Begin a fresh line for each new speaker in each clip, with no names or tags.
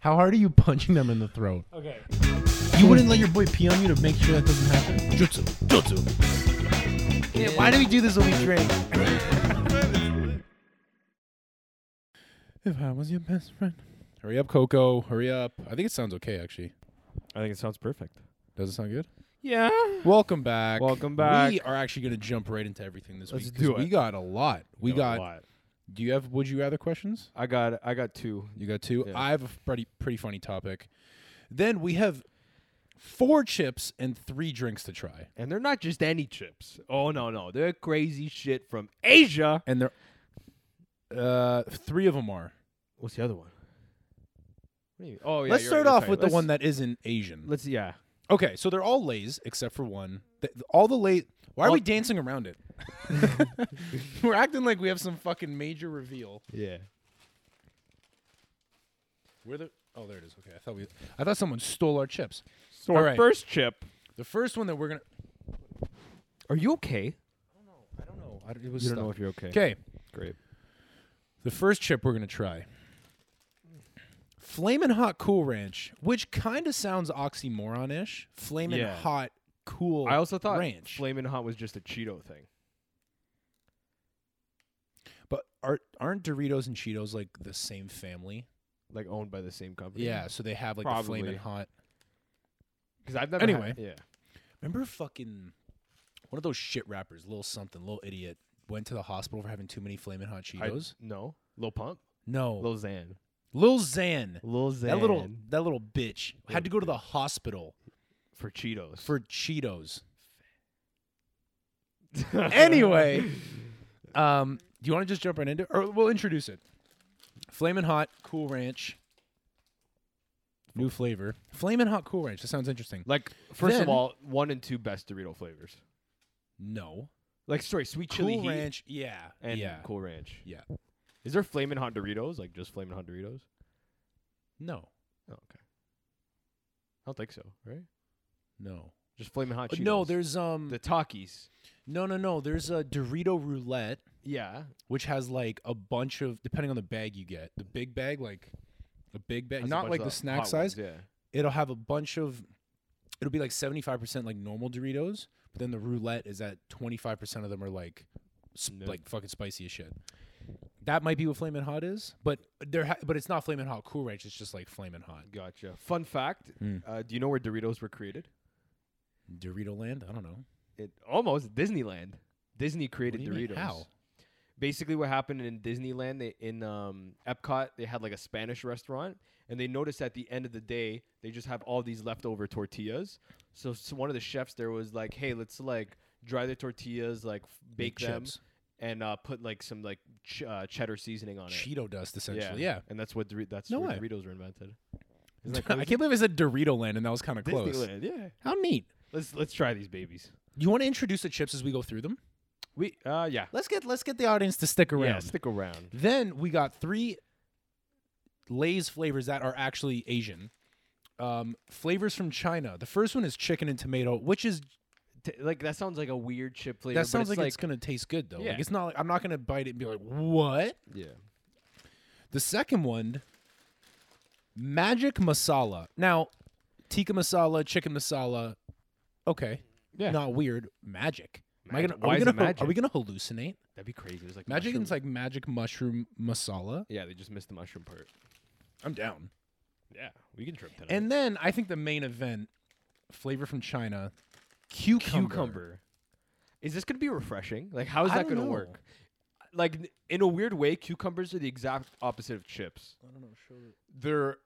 How hard are you punching them in the throat?
Okay.
You wouldn't let your boy pee on you to make sure that doesn't happen? Jutsu. Jutsu. why do we do this when we drink? if I was your best friend. Hurry up, Coco. Hurry up. I think it sounds okay, actually.
I think it sounds perfect.
Does it sound good?
Yeah.
Welcome back.
Welcome back.
We are actually going to jump right into everything this
Let's
week. 'cause
do it.
We got a lot. We got. Do you have would you rather questions?
I got. I got two.
You got two.
Yeah.
I have a f- pretty pretty funny topic. Then we have four chips and three drinks to try,
And they're not just any chips. Oh no, no, they're crazy shit from Asia.
and they're uh, three of them are.
What's the other one? What do you- Oh yeah.
let's
you're
start
right, you're
off
right.
with
Let's-
the one that isn't Asian.
Let's yeah.
okay, so they're all Lays except for one. Th- all the Lays. Why are
All-
we dancing around it? We're acting like we have some fucking major reveal.
Yeah.
Where the oh there it is. Okay, I thought we I thought someone stole our chips.
So
All
our
right.
first chip.
The first one that we're gonna.
Are you okay?
I don't know. oh, I, it was
You don't know if you're okay.
okay.
Great.
The first chip we're gonna try. Flamin' hot cool ranch, which kind of sounds oxymoron-ish. Flamin'
Yeah.
hot cool.
I also thought
ranch,
Flamin' Hot was just a Cheeto thing.
but are, aren't Doritos and Cheetos like the same family?
like owned by the same company.
Yeah, so they have like the
Probably.
Flamin' hot.
because I've never.
Anyway.
had- yeah,
Remember fucking one of those shit rappers, little something, little idiot, went to the hospital for having too many Flamin' hot
I-
Cheetos.
no, Lil Pump,
no,
Lil Xan,
Lil Xan,
Oh. Lil Xan.
that little that little bitch
Little
had to go to the hospital
for Cheetos.
for Cheetos. anyway, um, do you want to just jump right into Or we'll introduce it. Flamin' Hot Cool Ranch. New flavor. Flamin' Hot Cool Ranch. That sounds interesting.
like first
Then-
of all, one and two best Dorito flavors.
No.
Like sorry, sweet chili
cool
heat
Ranch. Yeah.
and
yeah.
Cool Ranch.
Yeah.
Is there Flamin' Hot Doritos? Like just Flamin' Hot Doritos?
No.
Oh, okay. I don't think so. Right?
No.
Just Flamin' Hot.
Uh,
Cheetos.
No, there's um
the Takis.
no no no. There's a Dorito roulette
Yeah,
which has like a bunch of depending on the bag you get. The big bag, like a big bag.
That's a
Not
bunch
like
of
the snack
hot
size.
ones, yeah.
it'll have a bunch of it'll be like 75% like normal Doritos, but then the roulette is at 25% of them are like sp-
No.
like fucking spicy as shit. That might be what Flamin' Hot is, but there ha- but it's not Flamin' Hot Cool Ranch, it's just like Flamin' Hot.
Gotcha. Fun fact:
Hmm.
uh, Do you know where Doritos were created?
Dorito Land, I don't know.
It almost Disneyland. Disney created
do you mean,
Doritos.
how?
Basically, what happened in Disneyland, they, in um, Epcot, they had like a Spanish restaurant, and they noticed at the end of the day, they just have all these leftover tortillas. So, s one of the chefs there was like, "Hey, let's like dry the tortillas, like f- bake
Make
them,
chips.
and uh, put like some like ch- uh, cheddar seasoning on it."
Cheeto dust essentially. Yeah.
and that's what Dor- that's
No
where
way.
Doritos were invented. Isn't that
I
crazy?
can't believe I said Dorito Land and that was kind of close.
Disneyland, yeah.
How neat.
Let's let's try these babies.
You want to introduce the chips as we go through them?
We uh yeah.
Let's get let's get the audience to stick around.
Yeah, stick around.
Then we got three Lay's flavors that are actually Asian. Um, flavors from China. The first one is chicken and tomato, which is
T- like that sounds like a weird chip flavor.
that sounds
but
like,
it's
it's gonna taste good though.
Yeah.
Like it's not like I'm not gonna bite it and be like, what?
yeah.
The second one, magic masala. Now, tikka masala, chicken masala. Okay,
Yeah.
not weird. Magic. Am I
Magic.
gonna,
Why is
are, we
it
gonna hal-
magic?
are we gonna hallucinate?
That'd be crazy. It's like
Magic
mushroom-
is like magic mushroom masala.
yeah, they just missed the mushroom part.
I'm down.
Yeah, we can trip tonight.
And then I think the main event, flavor from China, cucumber.
cucumber. Is this gonna be refreshing? Like, how is
I
that
don't
gonna
know.
work? Like, n- in a weird way, cucumbers are the exact opposite of chips.
They're,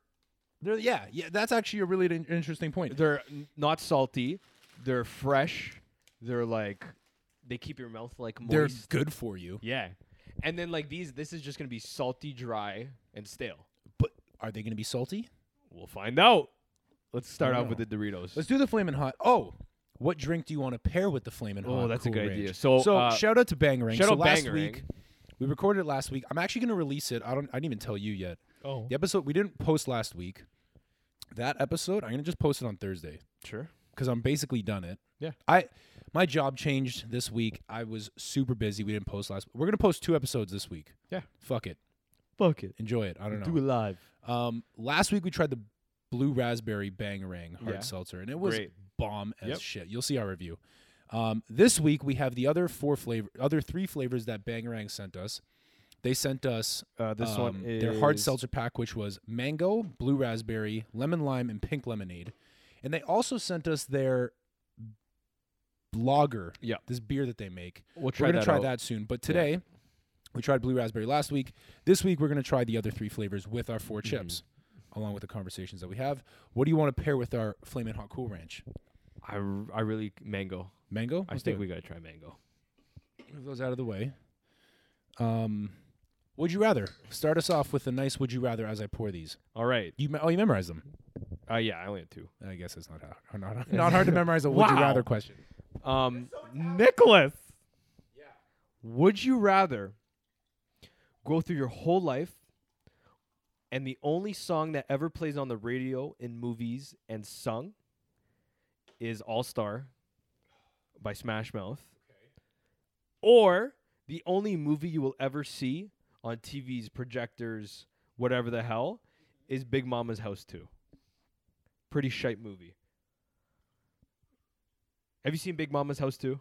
they're yeah, yeah. That's actually a really in- interesting point.
They're n- not salty. They're fresh. They're like, they keep your mouth like moist.
They're good for you,
yeah. And then like these, this is just gonna be salty, dry, and stale.
but are they going to be salty?
We'll find out. Let's start
I
out
don't
with the Doritos.
Let's do the flamin' hot. Oh, what drink do you want to pair with the flamin' hot?
Oh, that's a
Cool
good
Ranch?
idea. So,
so
uh,
shout out to Bangarang.
shout
so
out
last
Bangarang.
week we recorded it last week. I'm actually going to release it. I don't. I didn't even tell you yet.
oh,
The episode we didn't post last week. That episode, I'm going to just post it on Thursday.
sure.
because I'm basically done it.
Yeah.
I my job changed this week. I was super busy. We didn't post last. We're gonna post two episodes this week.
Yeah.
Fuck it.
Fuck it.
Enjoy it. I don't know.
Do it live.
Um, last week we tried the blue raspberry bangarang hard
Yeah.
seltzer, and it was
Great.
bomb as
Yep.
shit. You'll see our review. Um, this week we have the other four flavor, other three flavors that bangarang sent us. They sent us
Uh, this one
um,
is
their hard seltzer pack, which was mango, blue raspberry, lemon lime, and pink lemonade. And they also sent us their lager,
Yep.
this beer that they make.
We'll
We're
try
gonna
that.
try
out.
that soon. But today, we tried blue raspberry last week. This week, we're gonna try the other three flavors with our
Mm-hmm.
4 chips, along with the conversations that we have. What do you want to pair with our flaming hot cool ranch?
I, r- I really mango.
Mango.
I
Let's
think
do
we
it.
gotta try mango.
move those out of the way. Um, would you rather? Start us off with a nice would you rather as I pour these.
All right.
You me- oh you memorize them.
Uh, yeah, I only had two.
I guess it's not hard, not, not hard to memorize a would you
Wow.
rather question.
Um, Nicholas. Would you rather go through your whole life and the only song that ever plays on the radio in movies and sung is All Star by Smash Mouth? Or the only movie you will ever see on TVs, projectors, whatever the hell, is Big Mama's House 2. Pretty shite movie. Have you seen Big Mama's House 2?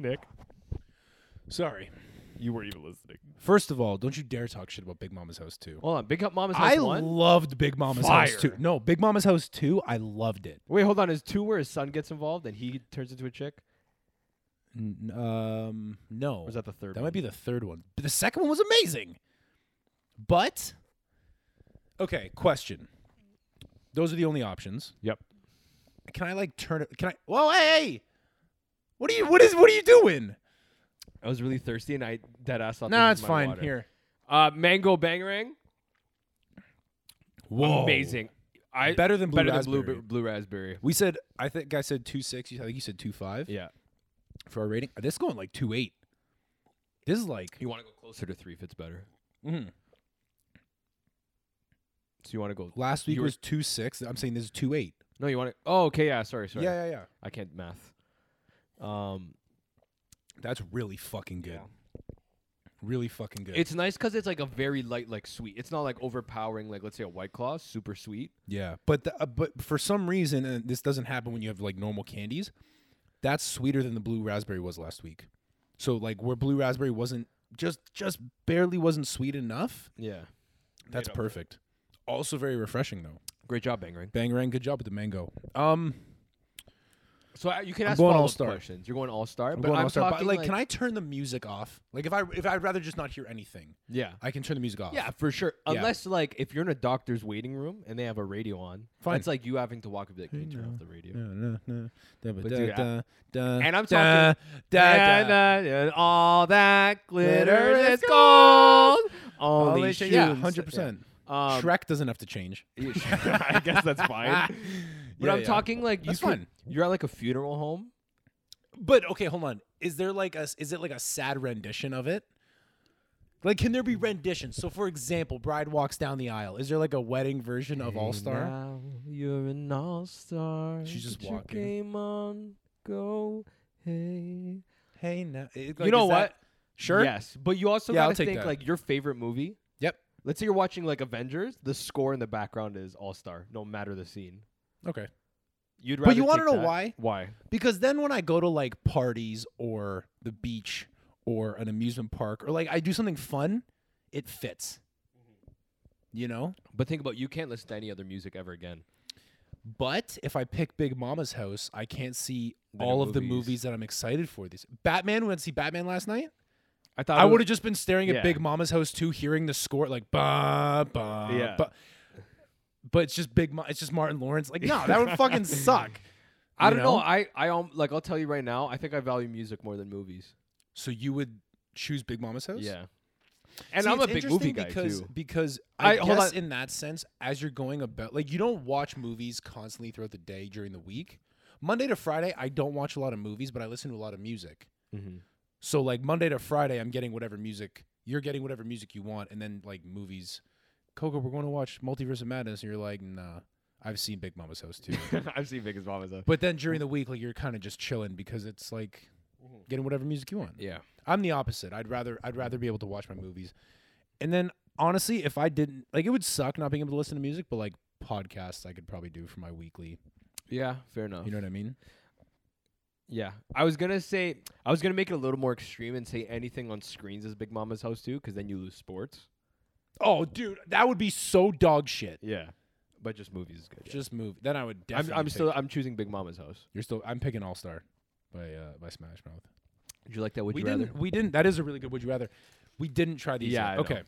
Nick,
Sorry.
you weren't even listening.
First of all, don't you dare talk shit about Big Mama's House 2.
Hold on, Big Mama's House
I
1?
loved Big Mama's House 2.
Fire.
No, Big Mama's House 2, I loved it.
Wait, hold on. Is 2 where his son gets involved and he turns into a chick?
N- um, no.
Or is that the third
That might be the third one. But the second one was amazing. But okay, question. Those are the only options.
Yep.
Can I like turn it? Can I? Whoa, hey! What are you? What is? What are you doing?
I was really thirsty and I dead ass off.
Nah, it's fine. Here.
Uh, mango bangarang.
Whoa.
Amazing. I
Better than blue
better than blue,
raspberry.
blue raspberry.
We said. I think I said two six. I think you said two five
Yeah.
for our rating. This is going like two eight. This is like.
You want to go closer to 3 if it's better. Mm-hmm.
Mhm.
So you want to go
Last week
You were-
was two six. I'm saying this is two eight.
No, you want to Oh, okay, yeah, sorry, sorry.
Yeah, yeah, yeah.
I can't math. Um
That's really fucking good.
Yeah.
Really fucking good.
It's nice because it's like a very light, like sweet. It's not like overpowering, like let's say a white claw, super sweet.
Yeah, but the, uh, but for some reason, and this doesn't happen when you have like normal candies. That's sweeter than the blue raspberry was last week. So like where blue raspberry wasn't just just barely wasn't sweet enough.
Yeah.
That's
up for it.
perfect. Also very refreshing though.
Great job, Bangarang.
Bangarang, good job with the mango. Um,
So uh, you can
I'm
ask
going
all
all-star.
questions. You're going all star,
I'm
but
going
I'm
all-star, but,
talking
like, can I turn the music off? Like if I if I'd rather just not hear anything,
Yeah.
I can turn the music off.
Yeah, for sure.
Yeah.
Unless like if you're in a doctor's waiting room and they have a radio on,
Fine.
it's like you having to walk up like, can you turn off the radio? But dude, I-
And
And I'm
talking.
all that
glitter is
gold.
Only
shit.
yeah, hundred percent.
Um,
Shrek doesn't have to change.
Yeah, sure. I guess that's fine. But
Yeah,
I'm
yeah.
talking like you
That's
could,
fine.
you're at like a funeral home.
But okay, hold on. Is there like a is it like a sad rendition of it? Like, can there be renditions? So, for example, Bride walks down the aisle. Is there like a wedding version of All Star?
Now you're an all star.
She's just walking.
Game on, go. Hey.
Hey, no. It-
you
like,
know
is
what?
that- sure.
Yes, but you also
Yeah, I'll
gotta
take
think
that.
like your favorite movie.
Yep.
Let's say you're watching like Avengers. The score in the background is all star, no matter the scene.
Okay.
You'd
But you
rather
wanna
take
know
that-
why?
Why?
Because then when I go to like parties or the beach or an amusement park or like I do something fun, it fits. You know?
But think about you can't listen to any other music ever again.
But if I pick Big Mama's house, I can't see
The
all of the
movies.
movies that I'm excited for. These Batman, we went to see Batman last night.
I thought
I
it was-
would have just been staring
Yeah.
at Big Mama's house too, hearing the score like ba ba
Yeah.
ba. But it's just Big Ma- it's just Martin Lawrence. Like no, that would fucking suck.
I
you
don't know?
know?
I I um, like I'll tell you right now. I think I value music more than movies.
So you would choose Big Mama's house?
Yeah. And
See,
I'm
it's
a big
interesting
movie guy
because,
too.
Because I,
I-
guess
hold on.
in that sense, as you're going about, like you don't watch movies constantly throughout the day during the week. Monday to Friday, I don't watch a lot of movies, but I listen to a lot of music. So like Monday to Friday, I'm getting whatever music you're getting, whatever music you want, and then like movies. Coco, we're going to watch Multiverse of Madness, and you're like, nah, I've seen Big Mama's House too.
I've seen Big as Mama's House.
but then during the week, like you're kind of just chilling because it's like getting whatever music you want.
Mm-hmm. Yeah.
I'm the opposite. I'd rather I'd rather be able to watch my movies. And then honestly, if I didn't like it would suck not being able to listen to music, but like podcasts I could probably do for my weekly.
Yeah. Fair enough.
You know what I mean?
Yeah, I was gonna say I was gonna make it a little more extreme and say anything on screens is Big Mama's house too, because then you lose sports.
Oh, dude, that would be so dog shit.
Yeah, but just movies is good. yeah.
Just move. Then I would
I'm,
definitely
I'm
pick-
still I'm choosing Big Mama's house.
You're still I'm picking All Star by uh by Smash Mouth.
Would you like that? Would
we
you
didn't
rather?
we didn't that is a really good would you rather. We didn't try these.
Yeah,
yet.
I know.
Okay.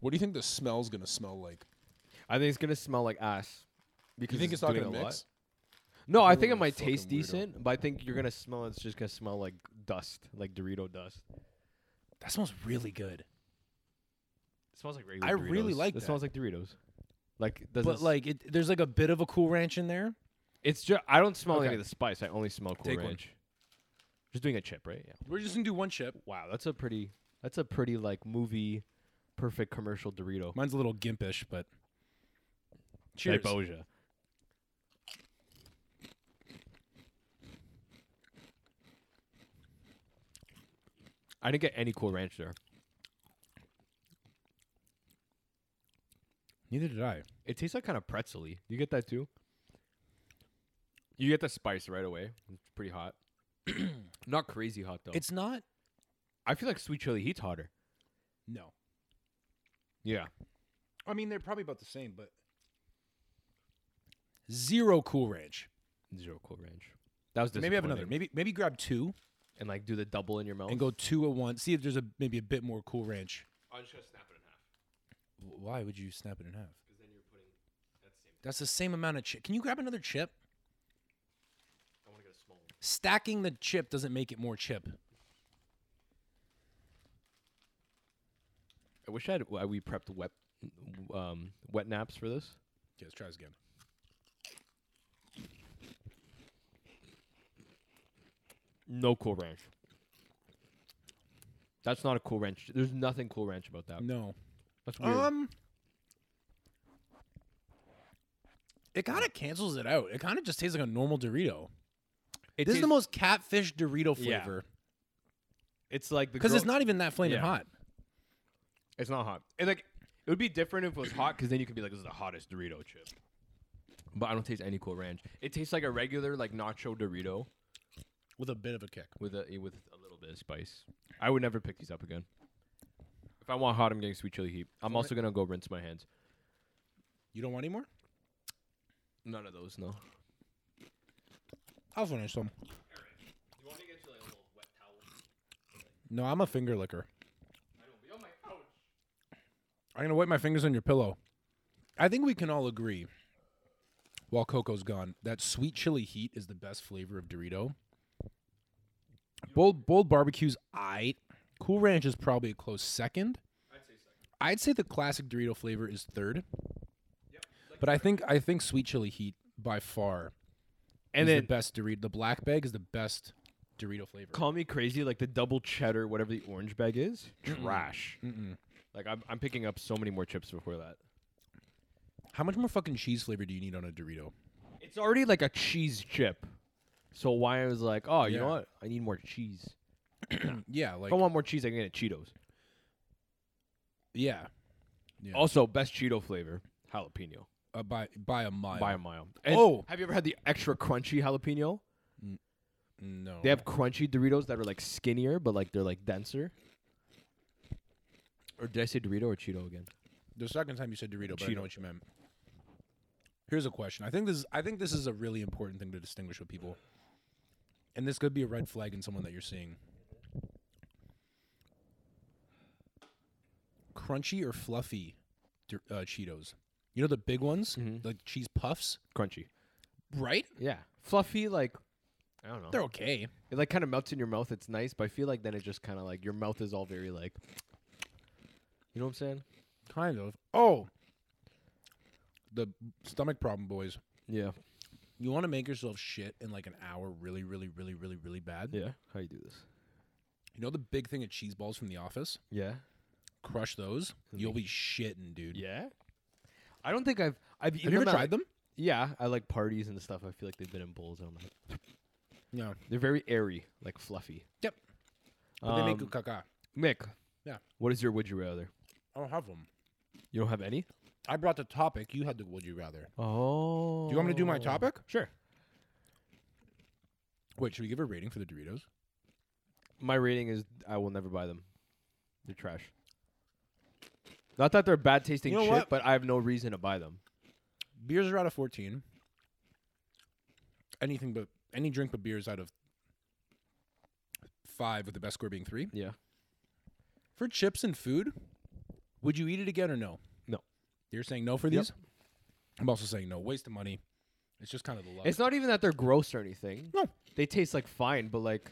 What do you think the smell's gonna smell like?
I think it's gonna smell like ass. Because
You think it's not
doing
gonna
a lot.
mix?
No, I think
You're
it
a
might
fucking
taste
weirdo.
decent, but I think you're gonna smell. It's just gonna smell like dust, like Dorito dust.
That smells really good.
It smells like regular.
I really
Doritos.
like
It
that.
smells like Doritos. Like does
But like it, there's like a bit of a cool ranch in there.
it's just I don't smell
Okay.
any of the spice. I only smell Cool
Take one.
Ranch. Just doing a chip, right? Yeah.
We're just gonna do one chip.
Wow, that's a pretty that's a pretty like movie perfect commercial Dorito.
Mine's a little gimpish, but
Like
cheers.
Boja. I didn't get any cool ranch there.
Neither did I.
It tastes like kind of pretzely. You get that too? You get the spice right away. It's pretty hot. Not crazy hot though.
It's not.
I feel like sweet chili heat's hotter.
No.
Yeah.
I mean, they're probably about the same, but zero Cool Ranch.
Zero cool ranch. That was
Maybe have another.
disappointing.
Maybe maybe grab two
and like do the double in your mouth.
and go two at once. See if there's a maybe a bit more Cool Ranch.
I'm Oh, just gonna snap it in half.
W- Why would you snap it in half? That's the same amount of chip. Can you grab another chip?
I want to get a small one.
Stacking the chip doesn't make it more chip.
I wish I had. w- We prepped wet, um, wet naps for this.
Okay, let's try this again.
No cool ranch. That's not a cool ranch. There's nothing cool ranch about that.
No.
That's weird.
Um, it kind of cancels it out. It kind of just tastes like a normal Dorito.
it
this is the
tastes-
most catfish Dorito
Yeah.
flavor
It's like the
because it's
girl-
not e- even that flaming
Yeah.
hot.
It's not hot. It like it would be different if it was hot because then you could be like, this is the hottest Dorito chip. But I don't taste any cool ranch. It tastes like a regular like nacho Dorito
With a bit of a kick.
with a eh, with a little bit of spice. I would never pick these up again. If I want hot, I'm getting sweet chili heat. I'm also gonna go rinse my hands.
You don't want any more?
None of those, no.
I'll finish some.
You want me to get you like a little wet towel?
No, I'm a finger licker.
I know, but oh my ouch.
I'm gonna wipe my fingers on your pillow. I think we can all agree, while Coco's gone, that sweet chili heat is the best flavor of Dorito. Bold bold barbecues, I. Cool Ranch is probably a close second.
I'd say second.
I'd say the classic Dorito flavor is third. But I think I think sweet chili heat by far
And
is
then
the best Dorito. The black bag is the best Dorito flavor.
call me crazy, like the double cheddar, whatever the orange bag is, trash.
Mm-mm.
Like I'm, I'm picking up so many more chips before that.
How much more fucking cheese flavor do you need on a Dorito?
It's already like a cheese chip. So why I was like, oh, you know
Yeah.
what? I need more cheese. Mm.
Yeah, like
if I want more cheese, I can get Cheetos.
yeah, Yeah.
Also, best Cheeto flavor, jalapeno
uh, by by a mile.
by a mile.
Oh!
have you ever had the extra crunchy jalapeno?
no,
They have crunchy Doritos that are like skinnier, but like they're like denser. Or did I say Dorito or Cheeto again?
The second time you said Dorito, but I
Cheeto.
know what you meant. Here's a question. I think this is, I think this is a really important thing to distinguish with people. And this could be a red flag in someone that you're seeing. Crunchy or fluffy Dor- uh, Cheetos? You know the big ones,
Mhm.
like cheese puffs, Oh.
Crunchy.
Mm-hmm. right?
Yeah, fluffy. Like I don't know.
They're okay.
It like kind of melts in your mouth. It's nice, but I feel like then it just kind of like your mouth is all very like, you know what I'm saying?
Kind of. Oh, the stomach problem, boys.
Yeah.
You want to make yourself shit in like an hour, really, really, really, really, really bad.
Yeah. How you do this?
You know the big thing of cheese balls from the office?
Yeah.
Crush those. You'll be shitting, dude.
Hmm. Yeah. I don't think I've I've
Have
eaten
you ever
them at-
tried them?
Yeah, I like parties and stuff. I feel like they've been in bowls. And I'm like,
No.
they're very airy, like fluffy.
Yep. But they make
Um,
good caca.
Mick.
Yeah.
What is your would you rather?
I don't have them.
You don't have any.
I brought the topic. You had the would you rather.
Oh.
Do you want me to do my topic?
Sure.
Wait, should we give a rating for the Doritos?
My rating is I will never buy them. They're trash. Not that they're bad tasting
You know
shit,
what?
but I have no reason to buy them.
Beers are out of 14. Anything but any drink but beers out of 5 with the best score being 3.
Yeah.
For chips and food, would you eat it again or no?
No.
You're saying no for
Yep.
these? I'm also saying no. Waste of money. It's just kind of the love.
It's not even that they're gross or anything.
No.
They taste like fine, but like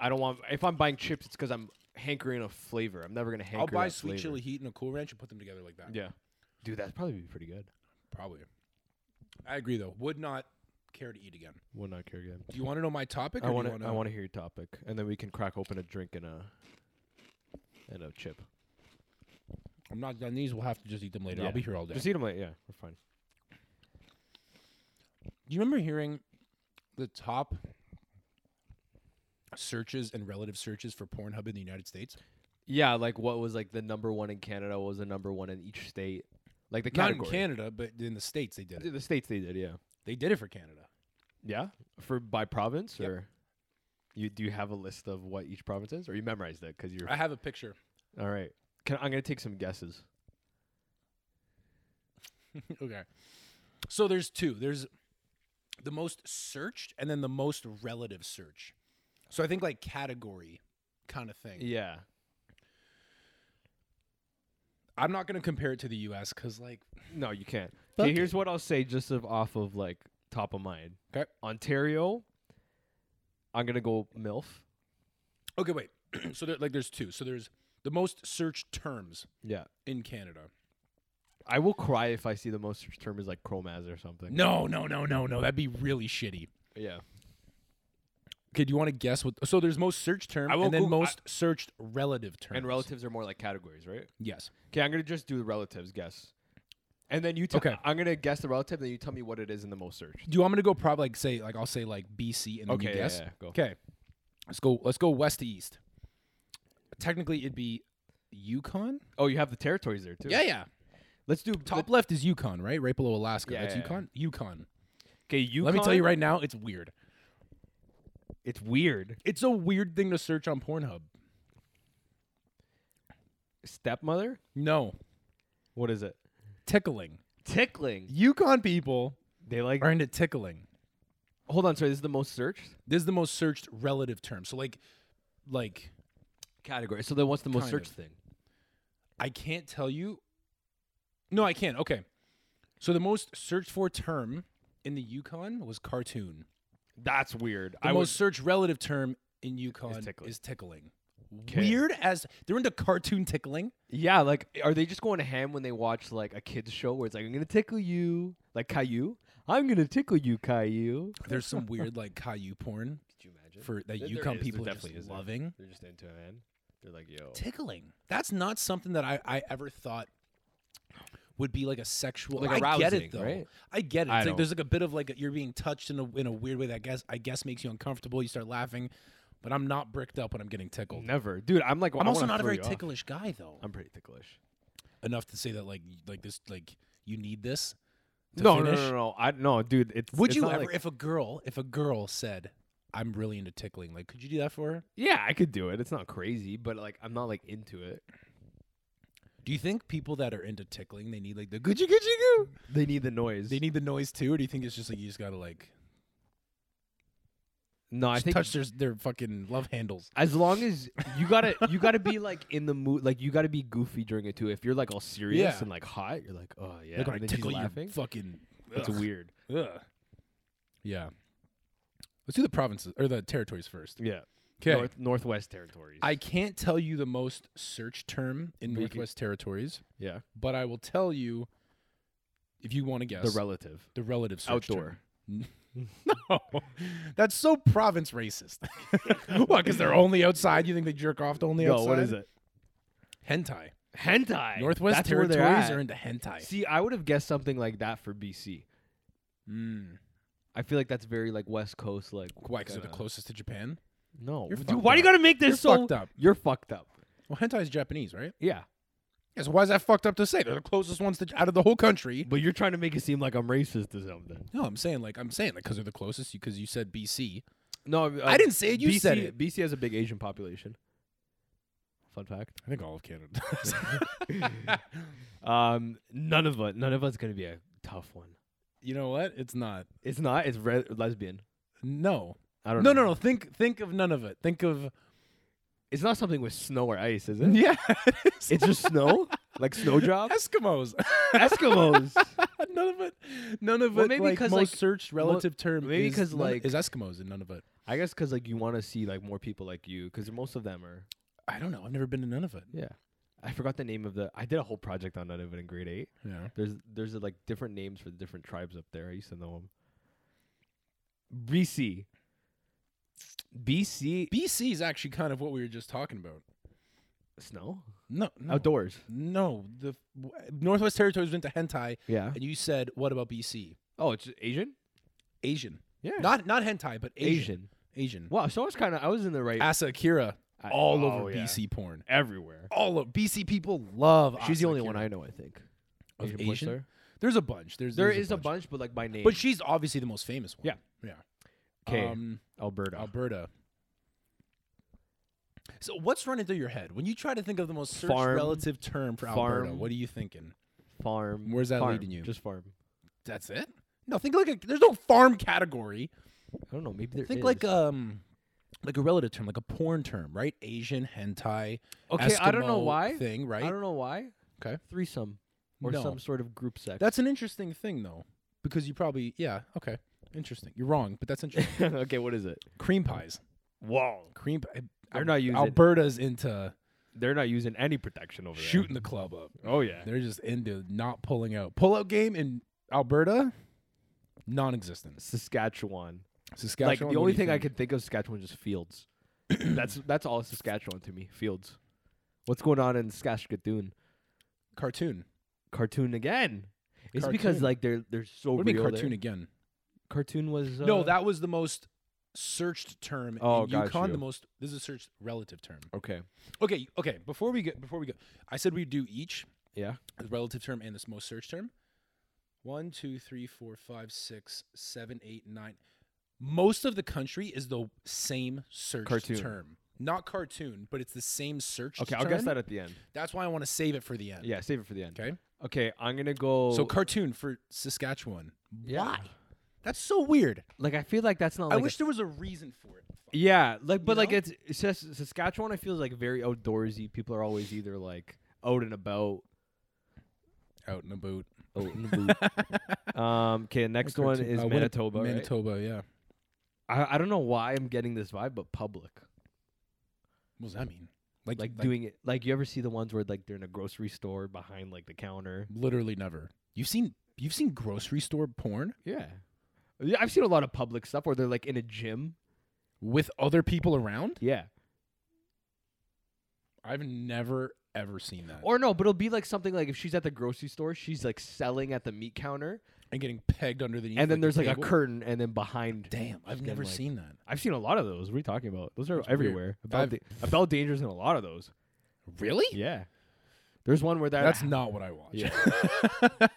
I don't want if I'm buying chips it's cuz I'm hankering a flavor. I'm never going to hanker
I'll buy
that
sweet
flavor.
chili heat and a cool ranch and put them together like that.
Yeah. Dude, that'd probably be pretty good.
Probably. I agree though. Would not care to eat again.
Would not care again.
Do you want to know my topic?
I
or do you
want to I
wanna-
want to hear your topic and then we can crack open a drink and a and a chip.
I'm not done these. We'll have to just eat them later.
Yeah.
I'll be here all day.
Just eat them like yeah, we're fine.
Do you remember hearing the top searches and relative searches for Pornhub in the United States?
Yeah, like what was like the number one in Canada was the number one in each state, like the
Not
category.
in Canada, but in the states they did it.
the states they did, yeah,
They did it for Canada.
yeah, for by province
Yep.
or you do you have a list of what each province is, or you memorized it because you're
I have a picture.
all right. Can, I'm gonna take some guesses.
okay. So there's two. There's the most searched and then the most relative search. So I think like category kind of thing.
Yeah,
I'm not going to compare it to the US cuz like
no, you can't.
Fuck
Okay, here's what I'll say, just of off of like top of mind.
'Kay.
Ontario. I'm gonna go milf.
Okay, wait. so there, like there's two. So there's the most searched terms
Yeah,
in Canada.
I will cry if I see the most searched term is like chromaz or something.
No, no, no, no, no. That'd be really shitty.
Yeah.
Okay, do you want to guess what? So there's most searched term
I will
and then
Google- I-
most searched relative terms.
And relatives are more like categories, right?
Yes.
Okay, I'm gonna just do the relatives guess, and then you. T-
Okay.
I'm gonna guess the relative, then you tell me what it is in the most searched.
Do you want me to go? Probably like say like I'll say like BC and then
Okay,
you
yeah,
guess.
yeah, go.
Okay. Let's go. Let's go west to east. Technically, it'd be Yukon.
Oh, you have the territories there too.
yeah.
Let's do
Top left is Yukon, right? Right below Alaska.
Yeah,
That's
yeah, yeah.
Yukon. Yukon.
Okay, you.
Let me tell you right now, it's weird.
It's weird.
It's a weird thing to search on Pornhub.
Stepmother.
No,
What is it?
tickling.
Tickling.
Yukon people
They like.
are into tickling.
Hold on. Sorry, this is the most searched
This is the most searched relative term. So like, like
category. So then, what's the most
Kind
searched thing?
I can't tell you. No, I can't. Okay. So the most searched for term in the Yukon was cartoon.
That's weird.
The
I
most
was.
searched relative term in Yukon is tickling.
tickling. Okay.
Weird as they're into cartoon tickling.
Yeah, like, are they just going to ham when they watch like a kids show where it's like, I'm gonna tickle you, like Caillou. I'm gonna tickle you, Caillou.
There's some weird like Caillou porn
Could you imagine?
for that
There- there
Yukon
is, there
people are
definitely is,
just
there.
loving.
They're just into it, man. They're like, yo.
Tickling. That's not something that I, I ever thought would be like a sexual.
Like
I get
arousing,
it though.
right?
I get it.
I
It's like
don't.
there's like a bit of like you're being touched in a in a weird way that I guess I guess makes you uncomfortable. You start laughing, but I'm not bricked up when I'm getting tickled.
Never, dude. I'm like,
I'm
I
also
wanna
not a
throw
very
you off.
ticklish guy though.
I'm pretty ticklish.
Enough to say that like y- like this like you need this. To
No, no,
finish.
no, no. I no, dude. It's
Would
it's
you
not
ever
like-
if a girl if a girl said I'm really into tickling like could you do that for her?
yeah, I could do it. It's not crazy, but like, I'm not like into it.
Do you think people that are into tickling they need like the goochie goochie goo?
They need the noise.
They need the noise too, or do you think it's just like you just gotta like
no. I
just
think
touch their their fucking love handles?
as long as you gotta, you gotta be like in the mood. Like you gotta be goofy during it too. If you're like all serious
Yeah.
and like hot, you're like, oh yeah.
Like when I
and then she's
tickle you,
laughing.
fucking.
That's
ugh.
weird.
Ugh. Yeah. Let's do the provinces or the territories first.
Yeah.
Okay.
North, Northwest territories.
I can't tell you the most searched term in
But you could-
Northwest Territories,
yeah.
but I will tell you if you want to guess
The relative.
the relative search
Outdoor.
term. no, that's so province racist. what? Because they're only outside. You think they jerk off to only
Yo,
outside?
what is it?
Hentai.
Hentai.
Northwest
That's where they're
Territories
at.
are into hentai.
See, I would have guessed something like that for BC.
Mm.
I feel like that's very like West Coast like.
Why? Because they're the
kinda-
closest to Japan.
No.
You're
dude,
fucked
why do you
up.
gotta make this
You're
so?
fucked up.
You're fucked up.
Well, hentai is Japanese, right?
Yeah.
Yeah. So why is that fucked up to say? They're the closest ones to out of the whole country.
But you're trying to make it seem like I'm racist or something.
No, I'm saying like I'm saying like because they're the closest. Because you said BC.
No, uh,
I didn't say it. You
BC,
said it.
BC has a big Asian population. Fun fact.
I think all of Canada. does.
Um, none of us, none of us gonna be a tough one.
you know what? It's not.
It's not. It's re- lesbian.
No.
I
No,
don't.
no,
know.
no. Think think of none of it. Think of
It's not something with snow or ice, is it?
yeah.
It's just snow, like snowdrops.
Eskimos.
Eskimos.
none of it. None of
Well,
it.
maybe
like,
'cause,
most
like,
searched relative term.
maybe
is
'cause,
none-
like-
is Eskimos and none of it.
I guess because like you want to see like more people like you, because most of them are.
I don't know. I've never been to none of it.
Yeah. I forgot the name of the. I did a whole project on none of it in grade eight.
Yeah.
There's there's like different names for the different tribes up there. I used to know them. BC. BC
BC is actually kind of what we were just talking about.
snow
No, no,
outdoors.
no. The w- Northwest Territories went to hentai,
Yeah.
and you said, "What about BC?
Oh, it's Asian.
Asian?
Yeah.
Not not hentai, but Asian.
Asian.
Asian.
Wow. So I was kind of I was in the right
Asa Akira,
I-
all
oh,
over
yeah.
BC porn.
everywhere.
All of BC people love.
She's
Asa
the only one
Akira.
I know. I think.
Of
porn
Asian?
star.
There's a bunch. There's
There
there's
is a bunch. but like by name.
but she's obviously the most famous one.
Yeah.
yeah.
'Kay.
Um,
Alberta.
Alberta. So what's running through your head when you try to think of the most searched
Farm.
relative term for Alberta?
Farm.
What are you thinking?
farm.
Where's that
farm,
leading you?
Just farm.
That's it. No, think like a, there's no farm category.
I don't know. Maybe there
Think
is.
like um, like a relative term, like a porn term, right? Asian hentai.
uh, Okay, I don't know
Eskimo
why.
thing, right?
I don't know why.
Okay.
Threesome or
No.
some sort of group sex.
That's an interesting thing though, because you probably yeah okay interesting. You're wrong, but that's interesting.
okay. What is it?
cream pies,
Whoa.
cream. Pie.
They're not using-
Alberta's into
They're not using any protection over
shooting the club up.
there. Oh yeah.
They're just into not pulling out. Pull out game in Alberta, non-existent.
Saskatchewan.
Saskatchewan.
like the
what
only
do you
thing I
think?
could think of Saskatchewan is just fields. that's that's all Saskatchewan to me. Fields. What's going on in Saskatoon?
cartoon.
Cartoon again. It's because
Cartoon.
like they're they're so
What do you
real.
mean
there.
cartoon again?
Cartoon was uh,
No, that was the most searched term
Oh,
in
got
UConn.
you.
The most this is a searched relative term.
okay.
Okay, okay. Before we get before we go, I said we do each
Yeah.
the relative term and this most searched term. One, two, three, four, five, six, seven, eight, nine. Most of the country is the same searched
Cartoon.
term. Not cartoon, but it's the same search.
Okay, I'll guess that at the end.
That's why I want to save it for the end.
Yeah, save it for the end.
Okay.
Okay, I'm gonna go.
So cartoon for Saskatchewan.
Yeah.
Why? That's so weird.
like I feel like that's not.
I
Like a-
wish there was a reason for it.
Yeah, like but
You
like
know?
it's, it's just Saskatchewan. I feel is like very outdoorsy. People are always either like out and about.
Out in a boot.
Out and about. um. Okay. Next one
uh,
is Manitoba. right?
Manitoba, yeah.
I, I don't know why I'm getting this vibe, but public,
What does that mean?
like, doing it. Like you ever see the ones where like they're in a grocery store behind like the counter?
literally never. You've seen you've seen grocery store porn
Yeah. Yeah, I've seen a lot of public stuff where they're like in a gym.
with other people around?
Yeah.
I've never ever seen that.
Or no, but it'll be like something like if she's at the grocery store, she's like selling at the meat counter,
and getting pegged underneath.
and then there's like
table.
a curtain, and then behind.
Damn, I've
Then,
never
like-
seen that.
I've seen a lot of those. What are you talking about? Those are
That's weird.
everywhere. About
I've-
da- about dangers in a lot of those.
Really?
Yeah. There's one where that.
That's not what I watch.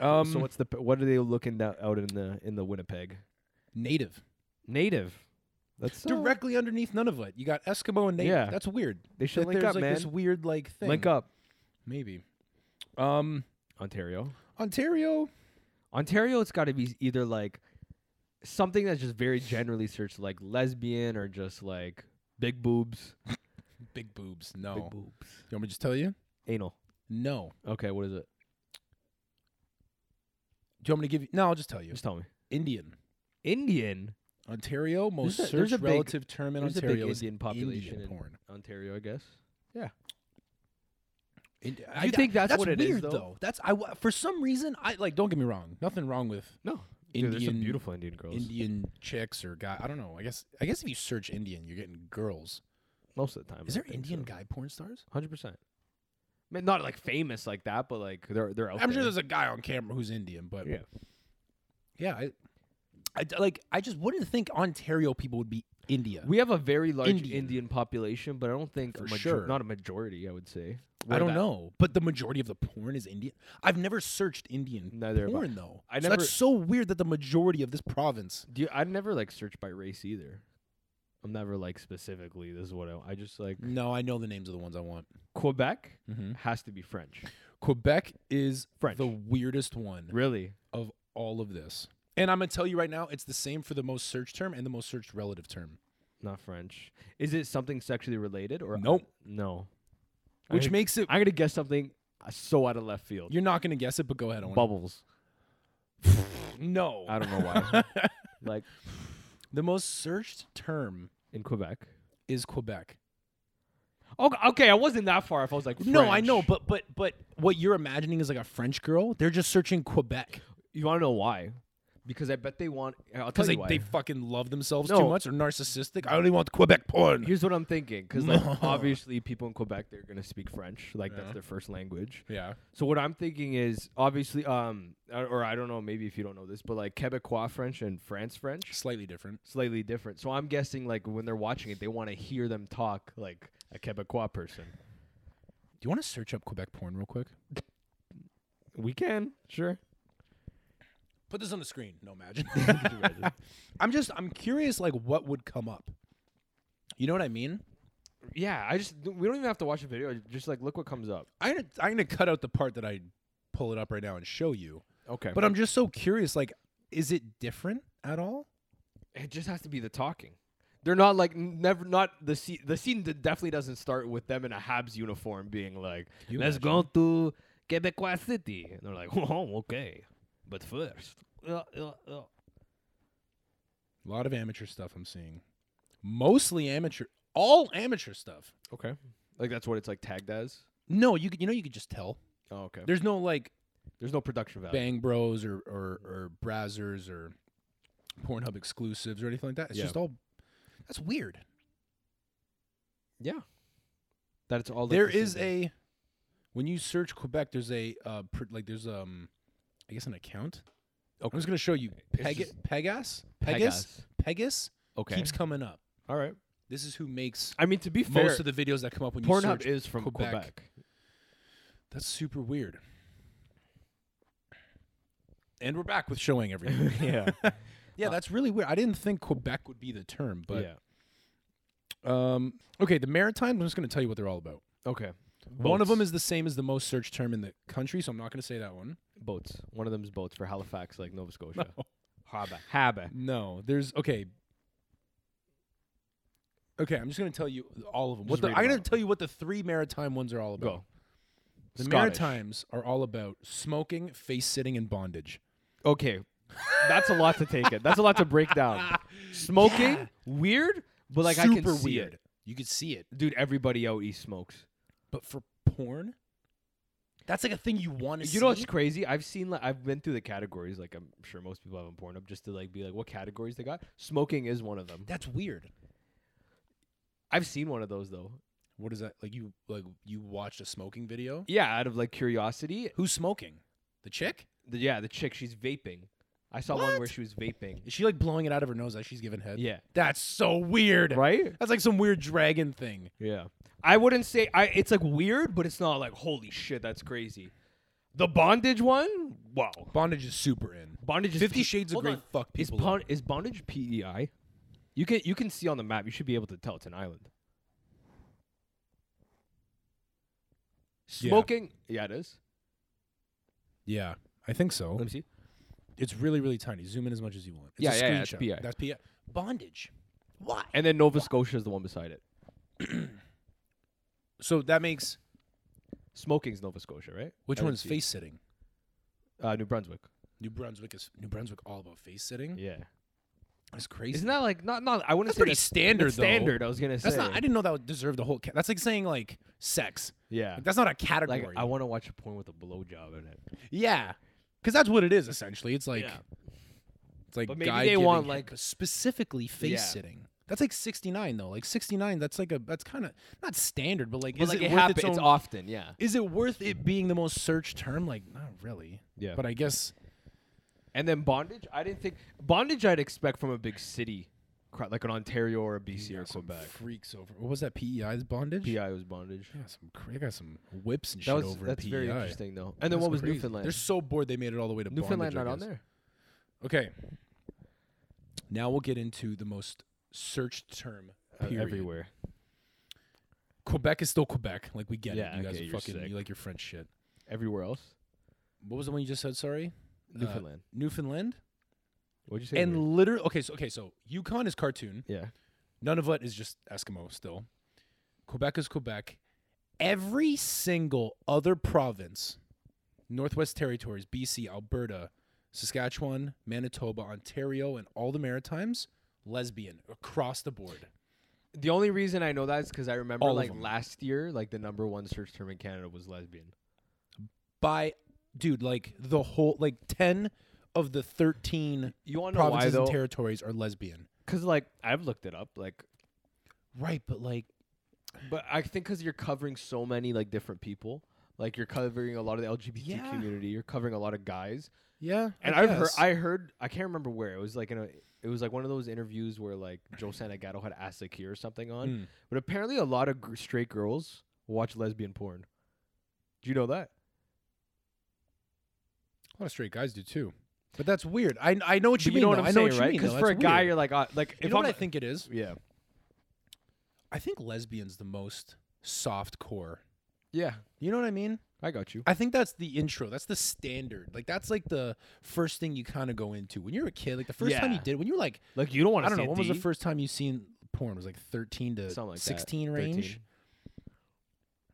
um
so what's the p- what are they looking da- out in the in the Winnipeg?
native.
Native. That's uh, so-
Directly underneath none of it. You got Eskimo and native.
Yeah.
That's weird.
They should
That
link
there's
up,
like
man.
this weird like thing.
Link up.
Maybe. Um
Ontario.
Ontario.
Ontario, it's got to be either like something that's just very generally searched, like lesbian or just like big boobs.
Big boobs. No.
Big boobs.
You want me to just tell you?
Anal.
No.
Okay, what is it?
Do you want me to give you? No, I'll just tell you.
Just tell me.
Indian.
Indian.
Ontario most
There's a- there's
searched
a big-
relative term in
there's a big
Ontario is
Indian population
Indian
in-
porn.
Ontario, I guess.
Indi-
you think that's what it is,
weird,
though?
That's I wa- for some reason I like. Don't get me wrong. Nothing wrong with
No. Dude, there's some
Indian
beautiful Indian girls.
Indian chicks or guy. I don't know. I guess I guess if you search Indian, you're getting girls.
Most of the time.
Is
I
there
think
Indian
so.
guy porn stars?
Hundred percent. Man, not like famous like that, but like they're they're out
I'm sure
there.
there's a guy on camera who's Indian, but
Yeah.
Yeah, I, I d- like. I just wouldn't think Ontario people would be India.
We have a very large
Indian.
Indian, population, but I don't think a
For
major-
sure.
not a majority. I would say.
I
We're
don't
that-
know, but the majority of the porn is Indian. I've never searched Indian
Neither have I.
porn though.
I
So
never-
that's so weird that the majority of this province.
Do you, I never like search by race either. I'm never like specifically. This is what I. I just like
No, I know the names of the ones I want.
Quebec
Mhm.
has to be French.
Quebec is
French.
the weirdest one
Really?
of all of this. And I'm gonna tell you right now, it's the same for the most searched term and the most searched relative term,
Not French. Is it something sexually related or
Nope.
no.
which
I-
makes it.
I'm gonna guess something uh, so out of left field.
you're not gonna guess it, but go ahead. Owen.
Bubbles.
No,
I don't know why. like
the most searched term
in Quebec.
is Quebec.
Okay, Oh, okay, I wasn't that far. If I was like,
No, I know,
French.
but but but what you're imagining is like a French girl. They're just searching Quebec
you want to know why? Because I bet they want. I'll tell
because
you
they,
why.
they fucking love themselves too
No.
much or narcissistic. I only want Quebec porn.
Here's what I'm thinking, because like obviously people in Quebec they're gonna speak French, like
Yeah.
that's their first language.
yeah,
So what I'm thinking is obviously, um, or- or I don't know, maybe if you don't know this, but like Quebecois French and France French,
slightly different.
slightly different. So I'm guessing like when they're watching it, they want to hear them talk like a Quebecois person.
Do you want to search up Quebec porn real quick?
We can, sure.
Put this on the screen. No, imagine. I'm just I'm curious like what would come up. You know what I mean?
Yeah, I just we don't even have to watch a video. Just like look what comes up.
I'm gonna, I'm gonna cut out the part that I pull it up right now and show you.
Okay,
But I'm just so curious. Like, is it different at all?
it just has to be the talking. They're not like n- never not the scene. The scene that definitely doesn't start with them in a Habs uniform being like,
you
"Let's go to Quebecois City," and they're like, "Oh, okay, but first, uh, uh, uh."
A lot of amateur stuff I'm seeing. Mostly amateur, all amateur stuff.
okay, like that's what it's like tagged as."
No, you could, you know you could just tell. Uh,
Oh, okay.
There's no like
There's no production value.
Bang Bros or or, or Brazzers or Pornhub exclusives or anything like that. It's
Yeah.
just all. That's weird.
Yeah, that's all. like,
there
the same
is
thing.
a when you search Quebec, there's a uh, pr- like there's um I guess an account. I'm just gonna show you
It's
Peg-
just-
Pegas Pegas
Pegas.
Pegas
Okay.
keeps coming up.
all right.
This is who makes
I mean, to be fair,
most of the videos that come up when you
Pornhub
search.
is from
Quebec.
Quebec.
That's super weird. And we're back with showing everything.
yeah.
yeah, that's really weird. I didn't think Quebec would be the term, but um, okay, the Maritimes. I'm just going to tell you what they're all about.
Okay.
One of them
Boats.
is the same as the most searched term in the country, so I'm not going to say that one.
boats. One of them's boats for Halifax, like Nova Scotia. Haba. Haba.
No, there's okay. Okay, I'm just gonna tell you all of them. What
Just
the,
read
I'm
'em
gonna
out.
tell you what the three maritime ones are all about.
Go.
The
Scottish.
Maritimes are all about smoking, face sitting, and bondage.
Okay. That's a lot to take in. That's a lot to break down. Smoking, weird, but like I
super
can see
weird.
it.
You could see it,
Dude, everybody out east smokes.
but for porn, that's like a thing you want to.
You know what's crazy? I've seen like I've been through the categories, like I'm sure most people have on Pornhub, just to like be like what categories they got. Smoking is one of them.
that's weird.
I've seen one of those though.
What is that? Like you like you watched a smoking video?
Yeah, out of like curiosity.
Who's smoking? The chick?
The, yeah, the chick, she's vaping. I saw one where
What?
she was vaping.
Is she like blowing it out of her nose as she's giving head?
Yeah.
That's so weird.
Right?
That's like some weird dragon thing.
Yeah. I wouldn't say I it's like weird, but it's not like holy shit, that's crazy. The bondage one? Wow.
Bondage is super in.
Bondage is
Fifty Shades of
Hold
Grey
on.
fuck
Is,
people.
bond, is bondage PEI? You can you can see on the map. You should be able to tell it's an island.
Yeah.
Smoking, yeah, it is.
yeah, I think so.
Let me see.
It's really really tiny. Zoom in as much as you want. It's
Yeah,
a
yeah, yeah, it's
screenshot.
PI.
That's PI. Bondage. Why?
And then Nova Scotia is the one beside it.
So that makes
Smoking's Nova Scotia, right?
which
I would
one's
see.
face sitting?
Uh, New Brunswick.
New Brunswick is New Brunswick all about face sitting.
Yeah.
That's crazy.
Isn't that like not not? I wouldn't
That's
say
pretty
that's
standard,
that's
though.
Standard. I was gonna say.
That's not. I didn't know that would deserve the whole. Ca- that's like saying like sex.
yeah.
Like, that's not a
Like
category.
I want to watch a porn with a blowjob in it.
yeah, because that's what it is essentially. It's like
Yeah.
it's like
But maybe
guy
they
giving
want,
head,
like-
but specifically face
Yeah.
sitting. That's like 69 though. Like 69. That's like a. That's kind of not standard, but like
But
is
like
it,
it,
worth
happens.
its
It's
own
often. Yeah.
is it worth it being the most searched term? Like, not really.
Yeah.
But I guess
And then bondage, I didn't think bondage. I'd expect from a big city, cra- like an Ontario or a BC or
got some
Quebec.
freaks over. What was that? PEI's bondage.
PI was bondage.
Yeah, some cra- they got some whips and
That
shit
was
over
that's
in PEI.
very interesting though. E And then
That's
what was
crazy.
Newfoundland?
They're so bored they made it all the way to
Newfoundland
bondage, I
not on
guess.
there.
Okay. Now we'll get into the most searched term
Uh,
period.
everywhere.
Quebec is still Quebec. Like we get
Yeah,
it. You guys
okay,
are
you're
fucking
sick.
you like your French shit.
Everywhere else.
What was the one you just said? Sorry, Uh,
Newfoundland.
Newfoundland.
What'd you say?
And
Weird?
literally, okay, so okay, so Yukon is cartoon.
yeah.
Nunavut is just Eskimo still. Quebec is Quebec. Every single other province, Northwest Territories, BC, Alberta, Saskatchewan, Manitoba, Ontario, and all the Maritimes, lesbian across the board.
The only reason I know that is because I remember
All of
like
them.
last year, like the number one search term in Canada was lesbian.
By dude, like the whole like ten of the thirteen
You want to know why
provinces
though?
and territories are lesbian.
Because like I've looked it up, like,
Right, but like
but I think because you're covering so many like different people, like you're covering a lot of the LGBT
Yeah.
community, you're covering a lot of guys,
yeah,
and
I
I've heard,
guess.
I heard, I can't remember where it was like in a, it was like one of those interviews where like Joe Santagato had asked like here or something on,
Mm.
but apparently a lot of gr- straight girls watch lesbian porn. Do you know that?
A lot of straight guys do too. But that's weird. I I know what
But
you mean.
know what
though.
I'm
I know
saying,
what you
right?
mean. though.
for a
That's
guy,
weird.
you're like, uh, like
you
if
know
I'm,
what I think it is?
yeah,
I think lesbian's the most soft core.
yeah,
You know what I mean?
I got you.
I think that's the intro. That's the standard. Like that's like the first thing you kind of go into when you're a kid. Like the first time you
Yeah.
did when you were like
Like you don't want
I
to.
don't know when was the first time you seen porn It was like 13 to
Something like that.
16 range.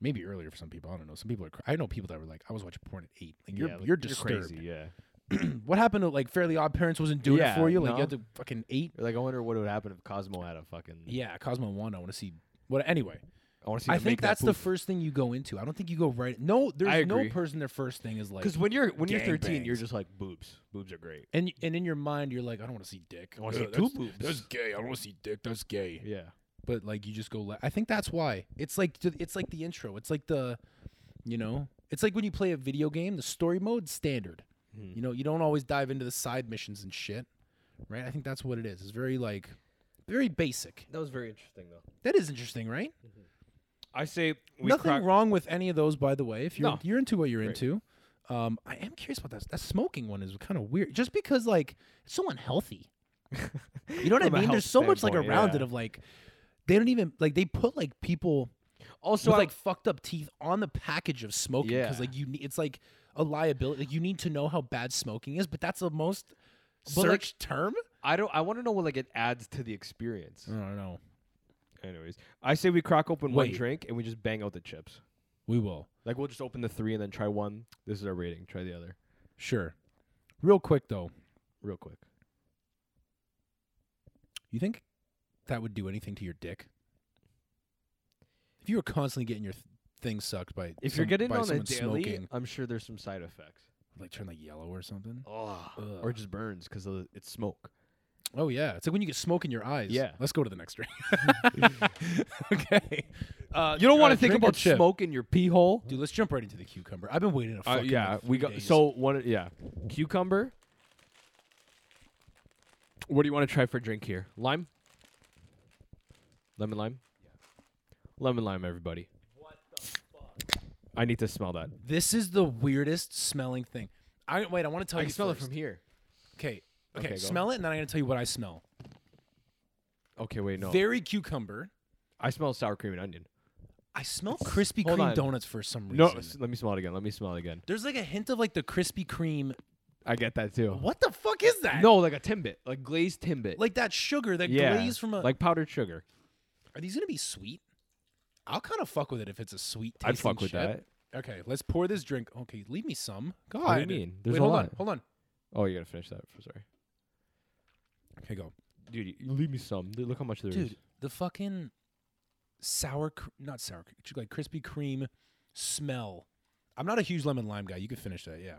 Maybe earlier for some people. I don't know. Some people are. Cr- I know people that were like I was watching porn at eight. Like you're
yeah, like,
you're disturbed.
crazy. Yeah.
what happened to like Fairly Odd Parents wasn't doing
Yeah,
it for you? Like you
no.
had to fucking eight.
You're like I wonder what would happen if Cosmo had a fucking.
Yeah, Cosmo and Wanda. I want to see. What anyway?
I want to see.
I
them
think
make that
that's the
poof.
first thing you go into. I don't think you go right. No,
I
there's no
agree.
person. Their first thing is like,
Because when you're when you're
Gang
13, you're
bangs.
just like boobs. Boobs are great.
and and in your mind you're like, I don't want to see dick.
I wanna see
Ugh, that's-
two boobs.
That's gay. I don't want to see dick. That's gay.
Yeah.
But like you just go. Le- I think that's why it's like it's like the intro. It's like the, you know, it's like when you play a video game. The story mode standard.
Hmm.
You know, you don't always dive into the side missions and shit, right? I think that's what it is. It's very like, very basic.
That was very interesting though.
That is interesting, right?
I say we
Nothing
crack-
wrong with any of those, by the way. If you're
No.
you're into what you're
Great.
into, um, I am curious about that. That smoking one is kind of weird, just because like it's so unhealthy. You know what I
From a
mean?
health
There's so much like
standpoint,
around
yeah.
it of like they don't even like they put like people
Also,
with
I-
like fucked up teeth on the package of smoking because
Yeah.
like you ne- it's like a liability. Like you need to know how bad smoking is, but that's the most
But, like-
searched term.
I don't. I want to know what like it adds to the experience.
I don't know.
Anyways, I say we crack open
Wait.
one drink and we just bang out the chips.
We will
Like we'll just open the three and then try one. This is our rating. Try the other
sure. Real quick though,
real quick.
You think that would do anything to your dick? If you were constantly getting your th- thing sucked by
If
some-
you're getting
by
on a
someone
daily,
smoking,
I'm sure there's some side effects.
like turn like yellow or something.
Oh,
Ugh.
or just burns because it's smoke.
Oh yeah, it's like when you get smoke in your eyes.
Yeah.
Let's go to the next drink. okay. Uh,
You don't want
uh,
to think
drink or
about
chip?
smoke in your pee hole.
Dude, let's jump right into the cucumber. I've been waiting a
Uh,
fucking
yeah,
like,
we
three
got
days.
so one. Yeah, cucumber. What do you want to try for a drink here? Lime, lemon lime, lemon lime. Everybody. What the fuck? I need to smell that.
this is the weirdest smelling thing. I wait. I want to tell
I
you.
can smell it
first.
from here.
Okay.
Okay,
Okay.
go.
smell it, and then I'm gonna tell you what I smell.
Okay, wait, no.
Very cucumber.
I smell sour cream and onion.
I smell Krispy
Hold
Kreme
on.
donuts for some reason.
No, s- let me smell it again. Let me smell it again.
There's like a hint of like the Krispy Kreme.
I get that too.
What the fuck is that?
Oh. No, like a timbit, like glazed timbit.
like that sugar that
yeah,
glaze from a.
like powdered sugar.
are these gonna be sweet? I'll kind of fuck with it if it's a sweet.
I'd
tasting
fuck with
chip. that. Okay, let's pour this drink. Okay, leave me some. God.
do you mean? There's
Wait,
a
hold on.
lot.
Hold on.
that. Oh, you gotta finish that. Sorry,
Okay, go.
dude. You leave me some. Dude, Look how much there is.
Dude, the fucking sour, cr- not sour, cr- ch- like Krispy Kreme smell. I'm not a huge lemon lime guy. You could finish that, yeah.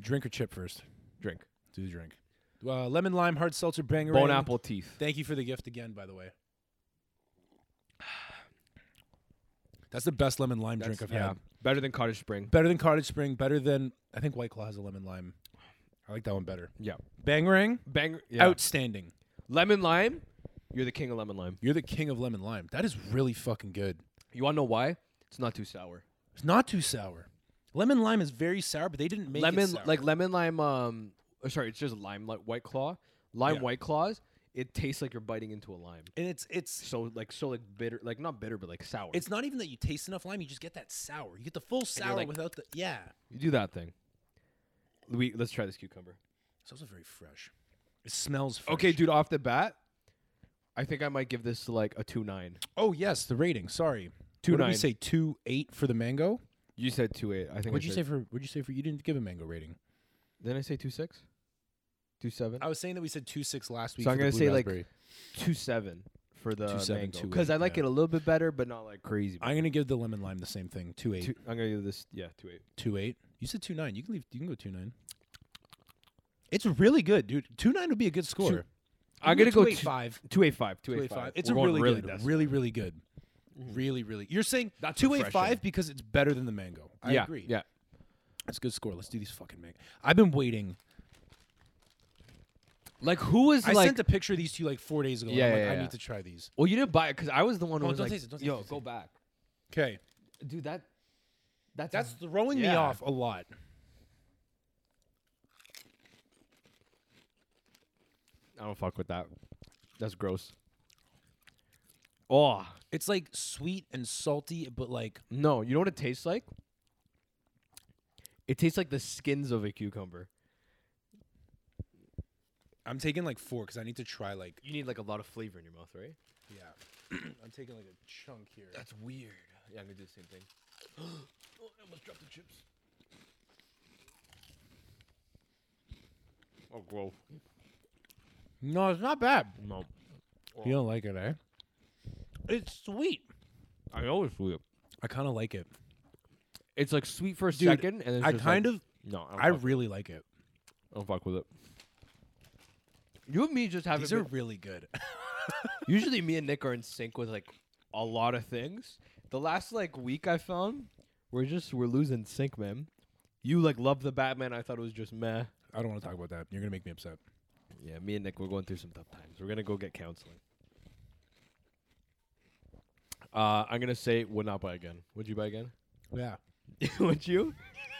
Drink or chip first.
Drink.
Do the drink. Uh, lemon lime hard seltzer banger.
Bone apple teeth.
Thank you for the gift again, by the way. That's the best lemon lime drink I've
That's-
had.
Better than Cottage Spring.
Better than Cottage Spring. Better than I think White Claw has a lemon lime. I like that one better.
Yeah.
Bangarang,
Bang. Yeah.
outstanding.
Lemon lime. You're the king of lemon lime.
You're the king of lemon lime. That is really fucking good.
You want to know why? It's not too sour.
It's not too sour. Lemon lime is very sour, but they didn't make
lemon,
it sour.
like lemon lime. Um, or sorry, it's just lime, like white claw, lime
Yeah.
white claws. It tastes like you're biting into a lime.
and it's it's
So like so like bitter, like not bitter, but like sour.
it's not even that you taste enough lime. You just get that sour. You get the full sour
like-
without the yeah.
you do that thing. We let's try this cucumber.
It's also very fresh. It smells. Fresh.
Okay, dude, off the bat, I think I might give this like a two nine.
Oh yes, the rating. Sorry.
Two
what did we
nine.
say two eight for the mango?
You said two eight. I think.
What'd you say for? What'd you say for? You didn't give a mango rating.
Then I say two six, two seven,
I was saying that we said two six last week.
So I'm
for
gonna
the blue
say, like,
raspberry.
two seven for the
Two seven,
mango
two
because
eight,
I like
yeah.
it a little bit better, but not like crazy.
I'm gonna give the lemon lime the same thing. Two eight.
Two, I'm gonna give this yeah two eight.
Two eight. You said two nine. You can leave. You can go two nine. It's really good, dude. Two nine would be a good score.
Two- I'm gonna go
two eight
two
five.
two eight five. Two
Two
eight
eight five.
five.
It's a really, good, really, really good, really, really. You're saying
That's
two eight
refreshing.
five because it's better than the mango. I
yeah,
agree.
Yeah.
that's a good score. Let's do these fucking mango. I've been waiting.
Like who was
I
like?
sent a picture of these to you like four days ago.
Yeah,
and I'm
yeah,
like, I
yeah.
need to try these.
well, you didn't buy it because I was the one who
Oh,
was
don't
like,
taste it, don't taste
"Yo,
it, don't
go
taste it."
back,
Okay,
dude." That that's
that's throwing me
Yeah.
off a lot.
I don't fuck with that. That's gross. Oh
It's like sweet and salty, but like
no! You know what it tastes like? It tastes like the skins of a cucumber.
I'm taking like four because I need to try like
You need like a lot of flavor in your mouth, right?
yeah. I'm taking like a chunk here.
That's weird. Yeah, I'm gonna do the same thing. oh, I almost dropped the chips. Oh, gross.
No, it's not bad.
No,
You don't like it, eh? It's sweet.
I always sweet.
I kind of like it.
It's like sweet for a
Dude,
second, and it's
I
just
kind
like-
of,
no. I
I
don't, fuck,
really like it.
I don't fuck with it. You and me just have.
These are really good.
usually me and Nick are in sync with like a lot of things. The last like week I found, we're just we're losing sync, man. You like love the Batman. I thought it was just meh.
I don't want to talk about that. You're gonna make me upset.
Yeah, me and Nick, we're going through some tough times. We're gonna go get counseling. Uh, I'm gonna say would not buy again. Would you buy again?
Yeah,
would you?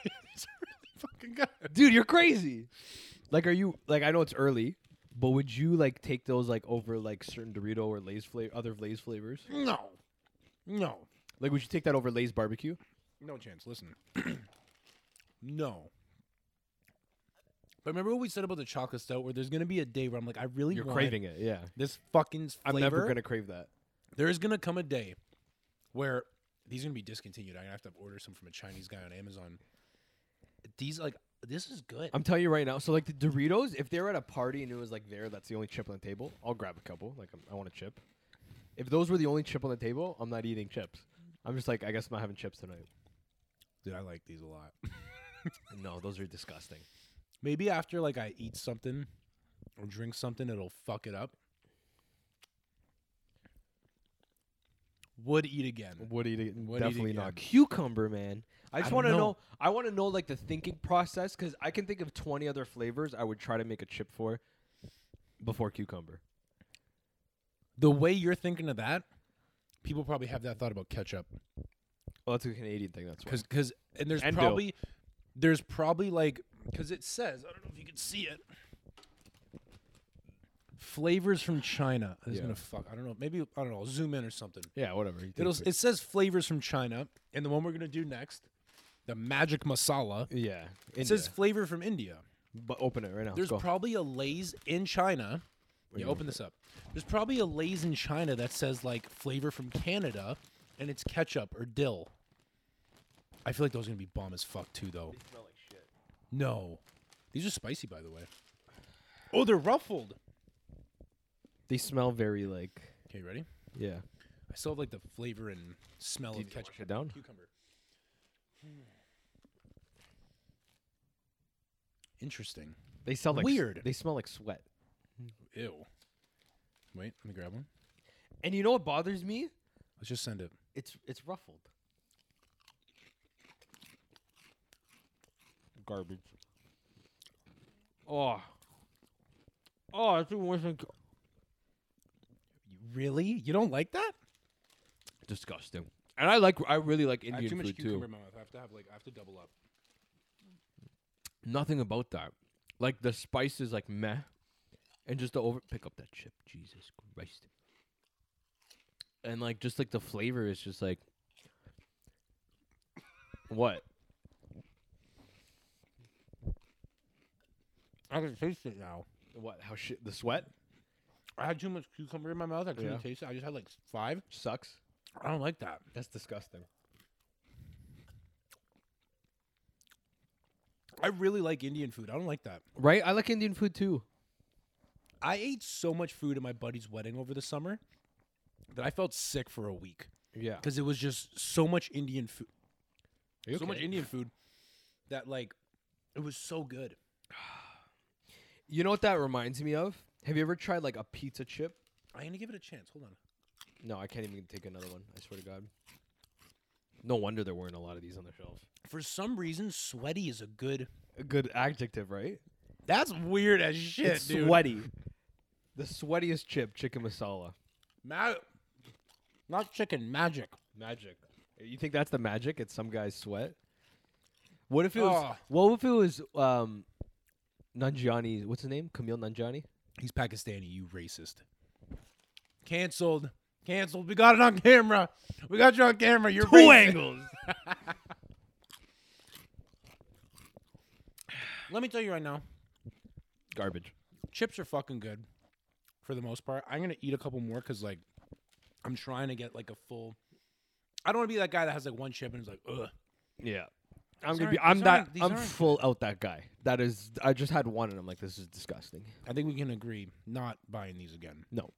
it's really fucking good.
Dude, you're crazy. Like, are you like? I know it's early, but would you like take those like over like certain Dorito or Lay's flavor, other Lay's flavors?
No, no,
Like, would you take that over Lay's barbecue?
no chance. Listen, no. But remember what we said about the chocolate stout, where there's gonna be a day where I'm like, I really
You're
want
craving it, yeah.
this fucking
I'm
flavor.
never gonna crave that.
There is gonna come a day where these are gonna be discontinued. I'm gonna have to order some from a Chinese guy on Amazon. These like this is good.
I'm telling you right now. So like the Doritos, if they're at a party and it was like there, that's the only chip on the table. I'll grab a couple. Like i I want a chip. If those were the only chip on the table, I'm not eating chips. I'm just like I guess I'm not having chips tonight.
Dude, I like these a lot.
No, those are disgusting.
Maybe after like I eat something or drink something, it'll fuck it up. Would eat again.
Would eat it.
Would eat
Definitely
again.
not. Cucumber, man. I
I
just
don't
want to
know.
know. I want to know like the thinking process because I can think of 20 other flavors I would try to make a chip for before cucumber.
The way you're thinking of that, people probably have that thought about ketchup
Well, Oh, that's a Canadian thing. That's why.
because because and there's
And dill.
probably there's probably like because it says I don't know if you can see it. Flavors from China. This is
Yeah.
gonna fuck. I don't know. Maybe I don't know. I'll zoom in or something.
Yeah, whatever. you
It'll
think
it says flavors from China, and the one we're gonna do next, the magic masala.
it- yeah.
It says
India.
flavor from India.
but open it right now.
There's
Go.
probably a Lay's in China. Yeah, open this up. There's probably a Lay's in China that says like flavor from Canada, and it's ketchup or dill. I feel like those are gonna be bomb as fuck too, though.
smell like shit.
No, these are spicy, by the way. Oh, they're ruffled.
They smell very like
Okay, you ready?
yeah.
I still have like the flavor and smell of
Did you
ketchup.
wash it down?
Cucumber. Interesting.
They smell like s-
Weird.
they smell like sweat.
Ew. Wait, let me grab one.
And you know what bothers me?
Let's just send it.
It's it's ruffled.
Garbage.
Oh. Oh, that's even worse than
Really? You don't like that?
disgusting. And I like I really like Indian
I have too much
food
cucumber
too.
in my mouth. I have to have like I have to double up.
Nothing about that. Like the spices like meh. And just the over pick up that chip. Jesus Christ. And like just like the flavor is just like what?
I can taste it now.
What? How shit the sweat
I had too much cucumber in my mouth. I couldn't
Yeah.
taste it. I just had like five.
sucks.
I don't like that.
That's disgusting.
I really like Indian food. I don't like that.
Right? I like Indian food too.
I ate so much food at my buddy's wedding over the summer that I felt sick for a week
Yeah.
because it was just so much Indian food.
you
So much
okay?
Indian food that like it was so good.
You know what that reminds me of? Have you ever tried like a pizza chip?
I'm gonna give it a chance. Hold on.
No, I can't even take another one. I swear to God. No wonder there weren't a lot of these on the shelf.
For some reason, sweaty is a good.
A good adjective, right?
That's weird as shit,
it's
dude.
sweaty. The sweatiest chip, chicken masala.
Ma- not chicken magic.
Magic. You think that's the magic? It's some guy's sweat. What if it was?
Ugh.
What if it was? Um, Nanjiani. What's his name? Camille Nanjiani.
He's Pakistani. You racist. Cancelled. Cancelled. We got it on camera. We got you on camera. You're
Two
racist.
angles.
Let me tell you right now.
Garbage.
chips are fucking good for the most part. I'm gonna eat a couple more because like I'm trying to get like a full. I don't want to be that guy that has like one chip and is like, ugh.
Yeah. I'm
These
gonna be.
aren't-
I'm
these
that.
aren't- these
I'm
aren't
full out that guy. That is. I just had one, and I'm like, this is disgusting.
I think we can agree not buying these again.
No.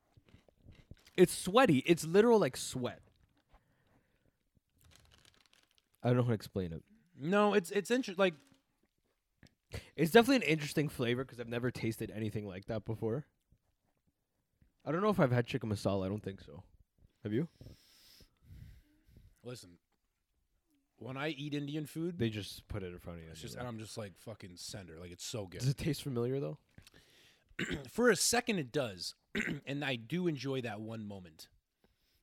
It's sweaty. It's literal like sweat. I don't know how to explain it.
No, it's it's interesting. Like
It's definitely an interesting flavor because I've never tasted anything like that before. I don't know if I've had chicken masala. I don't think so. Have you?
listen, when I eat Indian food,
They just put it in front of you.
it's just and I'm just like fucking sender. Like it's so
Does
good.
it taste familiar though?
for a second, it does, and I do enjoy that one moment.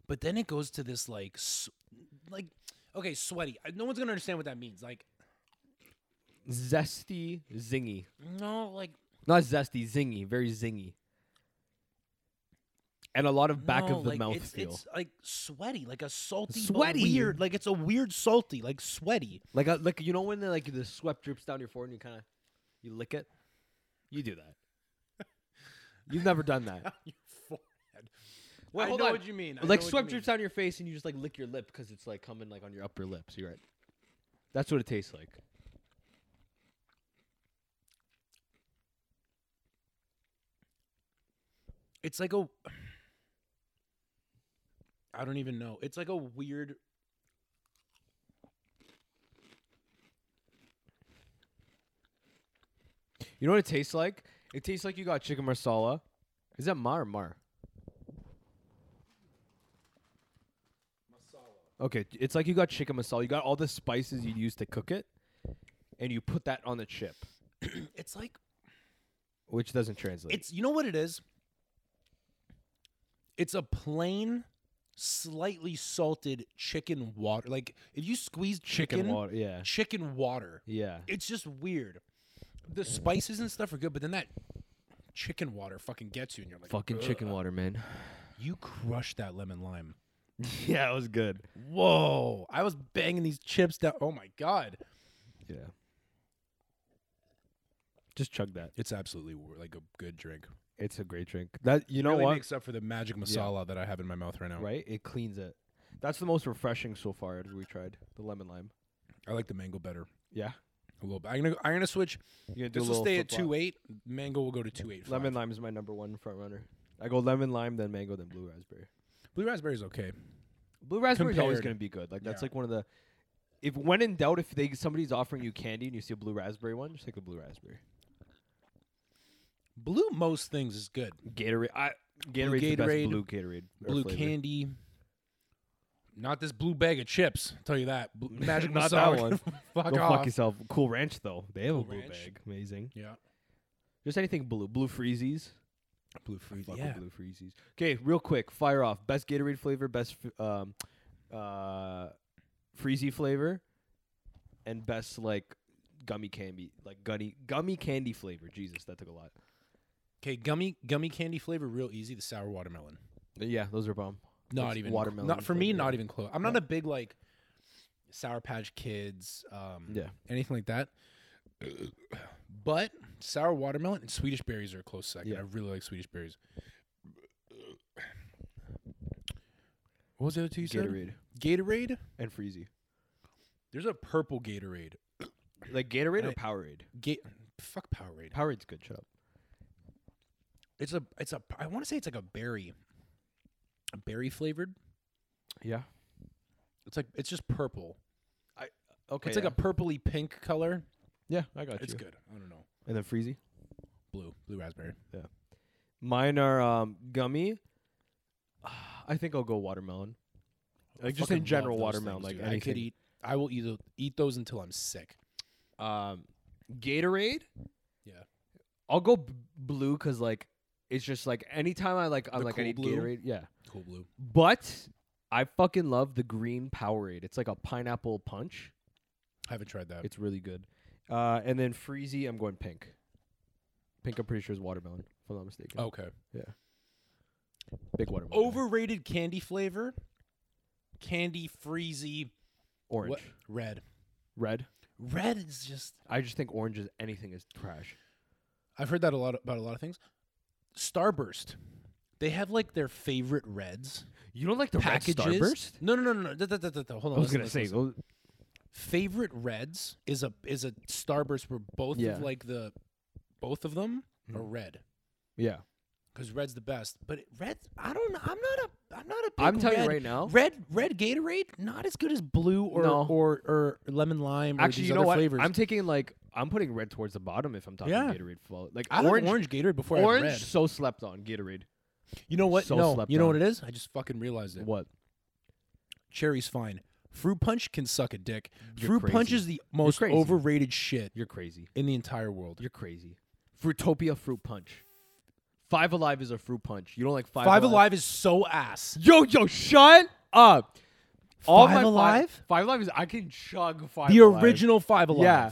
But then it goes to this like, s like, okay, sweaty. I- No one's gonna understand what that means. Like,
Zesty, zingy.
no, like
Not zesty, zingy. Very zingy. And a lot of back
No,
of the
like,
mouth
it's,
feel.
It's like sweaty, like a salty, but
Sweaty.
weird. Like it's a weird salty, like sweaty.
Like a, like you know when the, like the sweat drips down your forehead and you kind of you lick it. You do that. You've never done that.
Your forehead.
Wait,
I
hold
know
on.
what you mean. I
like
know what
sweat
you
drips
mean.
down your face and you just like lick your lip because it's like coming like on your upper lip. You're right. That's what it tastes like.
It's like a. I don't even know. It's like a weird.
You know what it tastes like? It tastes like you got chicken marsala. Is that mar or mar? Okay, t- it's like you got chicken masala. You got all the spices you use to cook it, and you put that on the chip,
It's like
which doesn't translate.
it's. You know what it is. It's a plain, slightly salted chicken water. Like if you squeeze chicken,
chicken water. Yeah,
chicken water.
yeah.
It's just weird. The spices and stuff are good, but then that chicken water fucking gets you, and you're like,
Fucking
"Ugh."
chicken water, man.
You crushed that lemon lime.
yeah, it was good.
Whoa! I was banging these chips down. Oh my god!
Yeah. Just chug that.
It's absolutely wor- like a good drink.
It's a great drink. That you know
really
what?
makes up for the magic masala that I have in my mouth right now.
right? It cleans it. That's the most refreshing so far as we tried the lemon lime.
I like the mango better
Yeah.
a little bit. I'm gonna I'm gonna switch.
You gonna do
This
a
will
little
stay at
flip-flop.
two eight. Mango will go to two eight.
Lemon lime is my number one front runner. I go lemon lime, then mango, then blue raspberry.
blue raspberry is okay.
Blue raspberry is always
Compared.
gonna be good. Like that's
Yeah.
like one of the. If when in doubt, if they somebody's offering you candy and you see a blue raspberry one, just take the blue raspberry.
Blue most things is good.
Gatorade, I Gatorade's the best
Gatorade,
blue Gatorade. or
Blue
flavor.
candy. Not this blue bag of chips. I'll tell you that. Blue, magic
Not that
Masala.
one.
fuck
Go
off.
fuck yourself. Cool Ranch though. They have a
Cool
blue
Ranch.
bag. Amazing.
yeah.
Just anything blue. Blue freezies.
Blue fruit.
Fuck with
Yeah.
blue freezies. Okay, real quick, fire off. Best Gatorade flavor, best f- um, uh, freezy flavor, and best like gummy candy, like gummy gummy candy flavor. Jesus, that took a lot.
Okay, gummy gummy candy flavor, real easy. The sour watermelon.
Uh, Yeah, those are bomb.
Not
Those
even
watermelon
Not for me.
flavor,
Not
yeah.
even close. I'm not a big like Sour Patch Kids. Um,
Yeah.
Anything like that. But sour watermelon and Swedish berries are a close second.
Yeah.
I really like Swedish berries. What was the other two you
Gatorade
said? Gatorade.
and freezy.
There's a purple Gatorade.
Like Gatorade or
I-
Powerade.
Ga- fuck Powerade.
Powerade's good. Shut up.
It's a it's a I want to say it's like a berry, a berry flavored.
Yeah.
It's like it's just purple.
Okay.
it's like a purpley pink color.
yeah. I got
It's
you.
good. I don't know.
And then freezy.
Blue, blue raspberry.
Mine are um, gummy. I think I'll go watermelon. Like just
Fucking
in
love
general
those
watermelon.
things,
like
dude. I
anything.
could eat. I will eat tho- eat those until I'm sick.
um, Gatorade.
Yeah.
I'll go b- blue because like it's just like anytime I like I'm
The
like
cool
I need
blue?
Gatorade. Yeah,
Cool blue.
but I fucking love the green Powerade. It's like a pineapple punch.
I haven't tried that.
It's really good. Uh, and then Freezy, I'm going pink. Pink, I'm pretty sure is watermelon. If I'm not mistaken.
okay.
big watermelon. guy.
Overrated candy flavor. Candy freezy.
orange,
what- Red.
red.
Red is just.
I just think orange is anything is trash.
I've heard that a lot about a lot of things. Starburst. They have like their favorite reds.
You don't like the
packages.
red Starburst?
No, no, no, no, no. Da- da- da- da- da. Hold on.
I was
listen,
gonna
listen,
say
listen.
those,
favorite reds is a is a Starburst where both
Yeah. Mm.
of like the both of them are red
yeah.
because red's the best. But it, red, I don't. know. I'm not a. I'm not a. Big
I'm telling you
red-
right now.
Red red Gatorade not as good as blue or
No.
or, or lemon lime. or
Actually,
these
you know
other
what?
Flavors.
I'm taking like I'm putting red towards the bottom if I'm talking
Yeah.
Gatorade. Flow. Like
I
orange,
orange, orange Gatorade before I had
orange,
red.
so slept on Gatorade.
You know what?
so
no,
slept
you know
on.
what it is? I just fucking realized it.
What?
Cherry's fine. Fruit punch can suck a dick.
You're
Fruit punch
crazy.
is the most
crazy.
overrated shit
You're crazy.
in the entire world.
You're crazy. Fruitopia fruit punch. Five Alive is a fruit punch. You don't like Five,
Five Alive is so ass.
Yo, yo, shut up. All
Five
my
Alive?
Five, five Alive is I can chug Five.
the
Alive.
original Five Alive.
Yeah.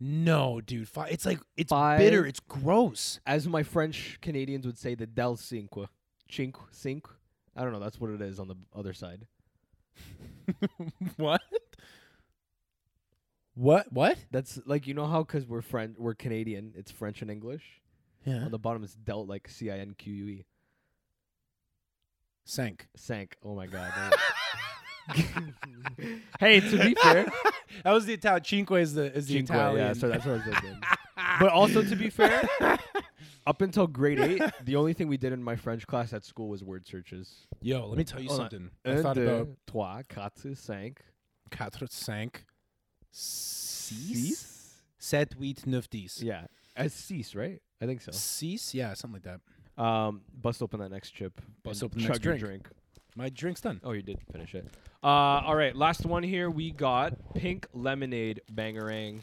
No, dude. Five, it's like it's bitter.
Five-
It's gross.
as my French Canadians would say, the Del Cinque. Chink, sink. I don't know. That's what it is on the other side.
what? What? What?
That's like you know how because we're French, we're Canadian. It's French and English.
Yeah.
On the bottom it's dealt like C I N Q U E.
Sank.
Sank. Oh my god. hey, to be fair,
That was the Italian. Cinque is the is the
Cinque,
Italian.
yeah, so that's what I was thinking. but also to be fair, up until grade eight, the only thing we did in my French class at school was word searches.
Yo, let me tell you
Hold on. uh,
something. I
Un,
thought
deux,
about
trois, quatre, cinq,
quatre sank. Six?
six.
Sept, huit, neuf, dix.
Yeah, as cease, right? I think so.
Six? Yeah, something like that.
Um, bust open that next chip.
Bust
and
open the next
chug your
drink. My drink's done.
Oh, you did finish it. Uh, all right, last one here. We got pink lemonade bangerang,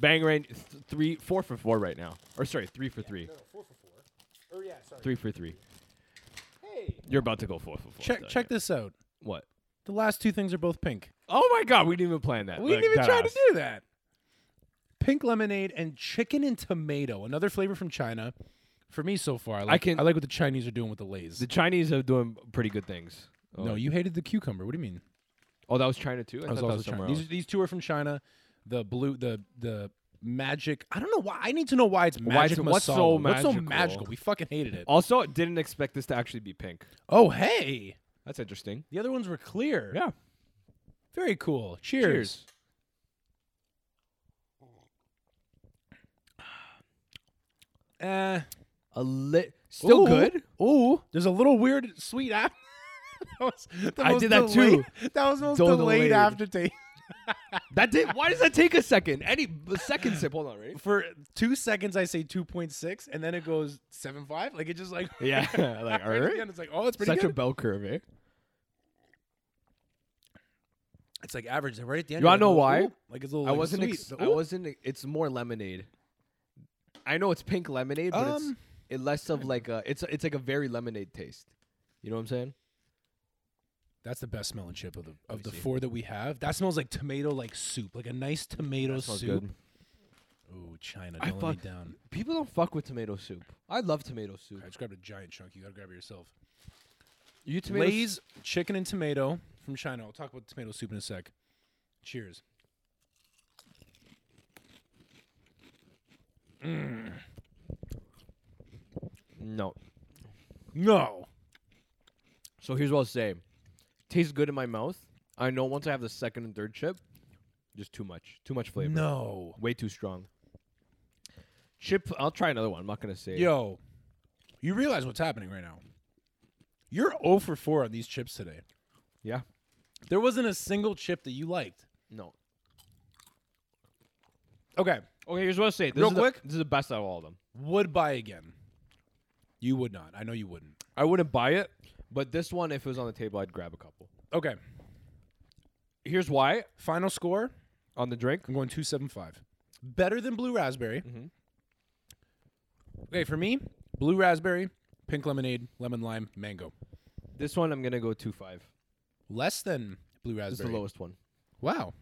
bangerang th- three, four for four right now. Or sorry, three for three,
four for four. Or yeah, sorry.
three for three.
Hey.
You're about to go four for four.
Check
so
check
yeah.
this out.
What?
The last two things are both pink.
Oh my God, we didn't even plan that.
We
Like,
didn't even try
deadass.
to do that. Pink lemonade and chicken and tomato, another flavor from China. For me so far, I like, I
can-
like what the Chinese are doing with the Lays.
The Chinese are doing pretty good things. Oh.
no, you hated the cucumber. What do you mean?
Oh, that was China too. I
I was
thought that
also
was
China.
somewhere
These,
else.
these two are from China. The blue, the the magic. I don't know why. I need to know why it's magic.
it's- what's so
masala. What's so
magical? Oh,
magical? We fucking hated it.
Also, didn't expect this to actually be pink.
Oh hey,
That's interesting.
the other ones were clear.
Yeah.
Very cool. Cheers.
Cheers.
Eh.
A lit, still
Ooh.
good.
Ooh, there's a little weird sweet after. that was the
I
most
did that
delayed- That was the most
Delayed.
delayed, aftertaste.
That did. Why does that take a second? Any the second sip. Hold on, right?
For two seconds, I say two point six, and then it goes seven five. Like it just like
Yeah, like
right at the end, it's like oh, it's pretty
Such a
good.
bell curve, eh?
It's like average. They're right at the end.
You
you're
wanna know
like,
why?
"Ooh," Like it's a little.
I
like,
wasn't.
sweet,
Ex-
the
I
ooh.
wasn't. e- It's more lemonade. I know it's pink lemonade, but it's
Um,
it less of like a. It's it's like a very lemonade taste. You know what I'm saying?
That's the best smelling chip of the of
me
the
see.
four that we have. That smells like tomato like soup, like a nice tomato
smells
soup.
good.
Ooh, China,
I
don't let me
fuck-
down.
People don't fuck with tomato soup. I love tomato soup.
I just grabbed a giant chunk. You gotta grab it yourself.
You tomato s-
Lay's chicken and tomato from China. I'll talk about tomato soup in a sec. Cheers.
No.
No.
So here's what I'll say. Tastes good in my mouth. I know once I have the second and third chip, just too much. Too much flavor.
No.
Way too strong. Chip. I'll try another one. I'm not gonna say.
Yo, you realize what's happening right now? You're 0 for 4 on these chips today.
Yeah.
There wasn't a single chip that you liked.
No.
Okay.
Okay. Here's what I'll say. This
Real
is the-
quick?
this is the best out of all of them.
Would buy again. You would not. I know you wouldn't.
I wouldn't buy it, but this one, if it was on the table, I'd grab a couple.
Okay.
Here's why
Final score
on the drink.
I'm going 275. Better than blue raspberry.
Mhm.
Okay, for me, blue raspberry, pink lemonade, lemon lime, mango.
This one, I'm gonna go two five.
Less than blue
This is the
raspberry.
lowest one.
Wow.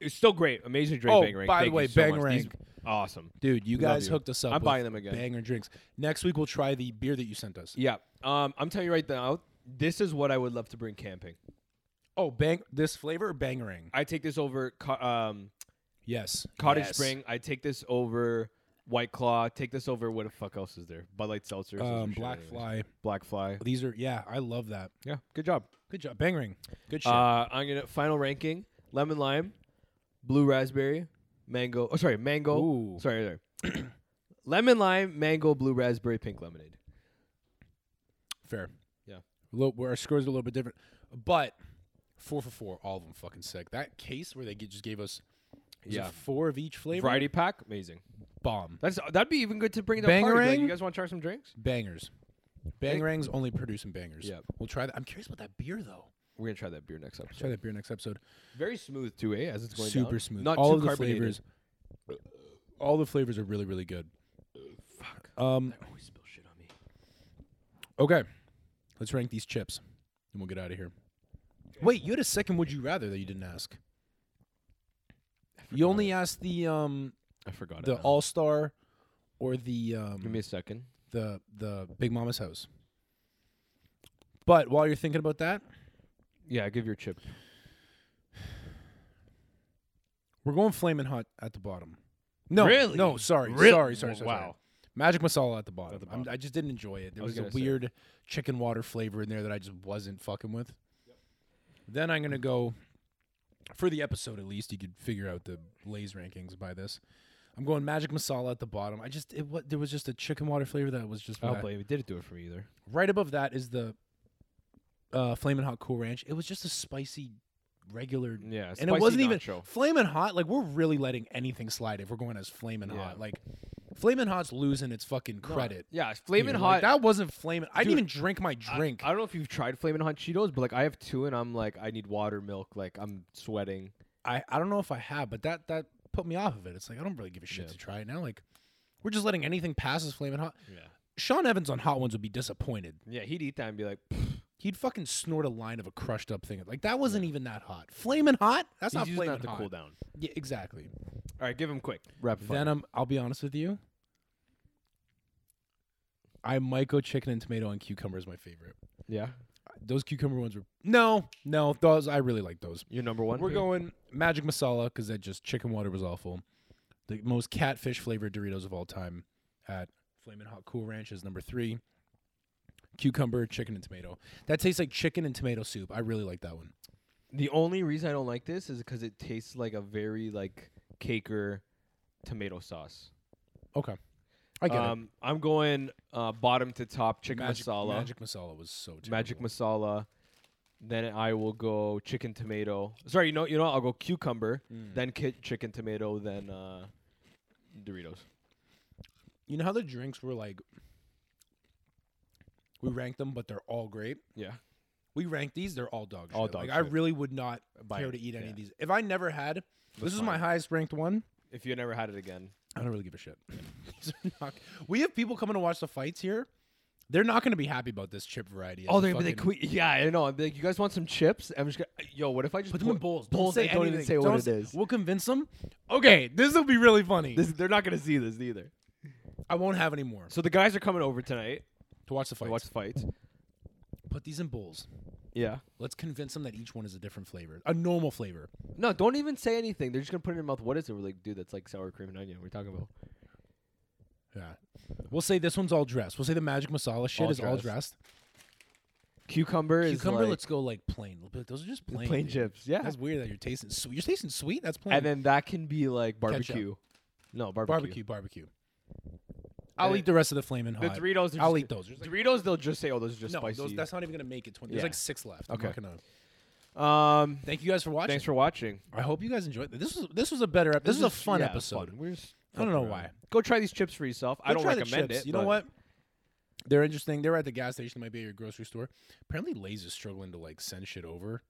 It's still great. Amazing drink.
Oh,
bang rank.
by the
Thank you
way,
so
Bang
much. These-
Rank.
Awesome.
Dude, you
Love
guys
you.
hooked us up.
I'm
with
buying them again.
Banger drinks. Next week we'll try the beer that you sent us.
Yeah. Um, I'm telling you right now, this is what I would love to bring camping.
Oh, bang! This flavor or bangering?
I take this over co- um,
Yes.
Cottage
Yes.
Spring. I take this over White Claw. Take this over what the fuck else is there? Bud Light Seltzer. or some
Um,
shit
Black
anyways.
Fly.
Black Fly.
These are yeah. I love that.
Yeah. Good job.
Good job, bangering. Good shit.
Uh, I'm gonna final ranking: lemon lime, blue raspberry, mango. Oh, sorry, mango.
Ooh.
Sorry, sorry. lemon lime, mango, blue raspberry, pink lemonade.
Fair.
yeah.
A little- where our scores are a little bit different, but four for four, all of them fucking sick. That case where they g- just gave us was it
Yeah.
four of each flavor.
Variety pack, amazing.
bomb
That's that'd be even good to bring to a party. Like,
Bangarang?
you guys want to try some drinks?
bangers. Bangerangs only producing bangers.
Yep.
We'll try that. I'm curious about that beer though.
We're gonna try that beer next episode.
Try that beer next episode.
Very smooth too, eh? As it's going
Super
down.
smooth.
Not
all
too
of the
carbonated.
flavors. All the flavors are really really good.
Fuck.
Um.
I always spill shit on me.
Okay. Let's rank these chips and we'll get out of here. Wait, you had a second would you rather that you didn't ask. You only asked the um
I forgot
the
it. now.
All Star or the
Give me
um
a second.
the the Big Mama's house. But while you're thinking about that,
Yeah, give your chip.
we're going flaming hot at the bottom. No,
Really?
no, sorry,
Really?
sorry, sorry, sorry. sorry.
Wow.
Magic masala at the bottom.
the
I'm, I just didn't enjoy it. There
I was
was, a
gonna say.
weird chicken water flavor in there that I just wasn't fucking with. Then I'm gonna go for the episode at least. You could figure out the Lay's rankings by this. I'm going magic masala at the bottom. I just it what there was just a chicken water flavor that was just
I don't
whack.
blame you. Didn't do it for me either.
right above that is the uh, flaming hot cool ranch. It was just a spicy regular
Yeah,
and it
spicy
wasn't even
nacho.
flaming hot. Like we're really letting anything slide if we're going as flaming
Yeah.
hot. Like flaming hot's losing its fucking credit.
Yeah,
here.
flaming hot.
Like, that wasn't flaming. I didn't
Dude,
even drink my
I-
drink.
I, don't know if you've tried flaming hot Cheetos, but like I have two, and I'm like, I need water, milk. Like I'm sweating.
I, I, don't know if I have, but that that put me off of it. It's like I don't really give a shit
Yeah.
to try it now. Like we're just letting anything pass as flaming hot.
Yeah.
Sean Evans on hot ones would be disappointed.
Yeah, he'd eat that and be like,
He'd fucking snort a line of a crushed up thing. Like that wasn't even that hot. Flaming hot? That's
he's
not
using
flaming
that to
hot.
cool down.
Yeah, exactly.
All right, give him quick. Rapid
Then
fire.
I'm, I'll be honest with you. I might go chicken and tomato and cucumber is my favorite.
Yeah,
Those cucumber ones were no, no. Those I really like those.
your number one.
We're
pick?
going magic masala because that just chicken water was awful. The most catfish flavored Doritos of all time at Flamin' Hot Cool Ranch is number three. Cucumber, chicken, and tomato. That tastes like chicken and tomato soup. I really like that one.
The only reason I don't like this is because it tastes like a very like caker tomato sauce.
Okay, I get
um, I'm going uh, bottom to top
it.
chicken
Magic
masala.
Magic masala was so terrible.
magic masala. Then I will go chicken tomato. Sorry, you know, you know, I'll go cucumber,
Mm.
then ki- chicken tomato, then uh, Doritos.
You know how the drinks were like we ranked them, but they're all great.
Yeah,
We rank these; they're all dog shit.
All dog
like, I
shit.
really would not
Buy
care
it,
to eat any
yeah.
of these. If I never had, this is my
fine.
highest ranked one.
If you never had it again,
I don't really give a shit. These are not- we have people coming to watch the fights here. They're not going to be happy about this chip variety. as
oh,
a
they're gonna be like,
fucking-
"Quit- "Yeah, I know." I'm like, "You guys want some chips?" I'm just gonna, yo, what if I just
Put them in
pour-
bowls.
Bowls.
don't say
and don't even
anything.
say
Don't
what
say-
it is.
We'll convince them. Okay, this will be really funny.
This, they're not gonna see this either.
I won't have any more
So the guys are coming over tonight
to watch the fights.
to watch the fights.
Put these in bowls.
Yeah.
Let's convince them that each one is a different flavor, a normal flavor.
No, don't even say anything. They're just gonna put it in your mouth. What is it? We're like, dude, that's like sour cream and onion. We're talking about.
Yeah. We'll say this one's all dressed. We'll say the magic masala shit
All
is all
dressed.
dressed.
Cucumber, is
Cucumber,
like
let's go like plain. We'll be like, Those are just plain.
plain,
dude."
chips. Yeah.
That's weird that you're tasting sweet. You're tasting sweet? That's plain.
and then that can be like barbecue. No Mm. barbecue.
barbecue, barbecue. I'll
And
eat the rest of the flaming
The
hot.
Doritos. Are
Eh, I'll
just,
eat those. There's like-
Doritos. They'll just say, "Oh, those are just
no,
spicy."
those, that's not even gonna make it twenty. There's
Yeah.
like six left. I'm
Okay.
not gonna-
um.
Thank you guys for watching.
Thanks for watching.
I hope you guys enjoyed. This was this was a better. Ep- this, was a fun
yeah,
episode.
fun. We're just
I don't know
fucking
why.
around. Go try these chips for yourself. I
Go
don't
try the
recommend
chips.
it.
You know
but-
what? They're interesting. They're at the gas station. They might be at your grocery store. Apparently, Lay's is struggling to like send shit over.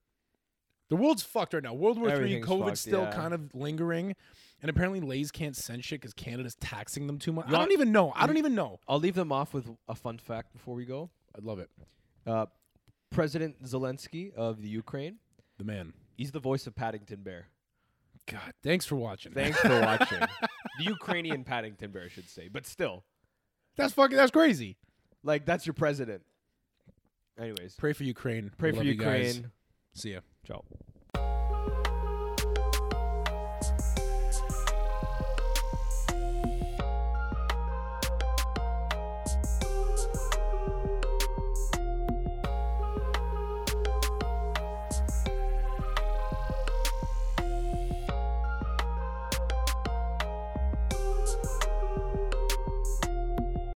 The world's fucked right now. World War Three,
Everything's
COVID's
fucked,
still
yeah.
kind of lingering, and apparently Lay's can't send shit because Canada's taxing them too much. I
want-
don't even know. I don't even know.
I'll leave them off with a fun fact before we go.
I love it.
Uh, President Zelensky of the Ukraine.
The man.
He's the voice of Paddington Bear.
God, thanks for watching.
Thanks for watching. the Ukrainian Paddington Bear, I should say, but still,
That's fucking. That's crazy.
like that's your president. Anyways,
Pray for Ukraine.
pray
We
for
love you guys.
Ukraine.
See ya.
Ciao.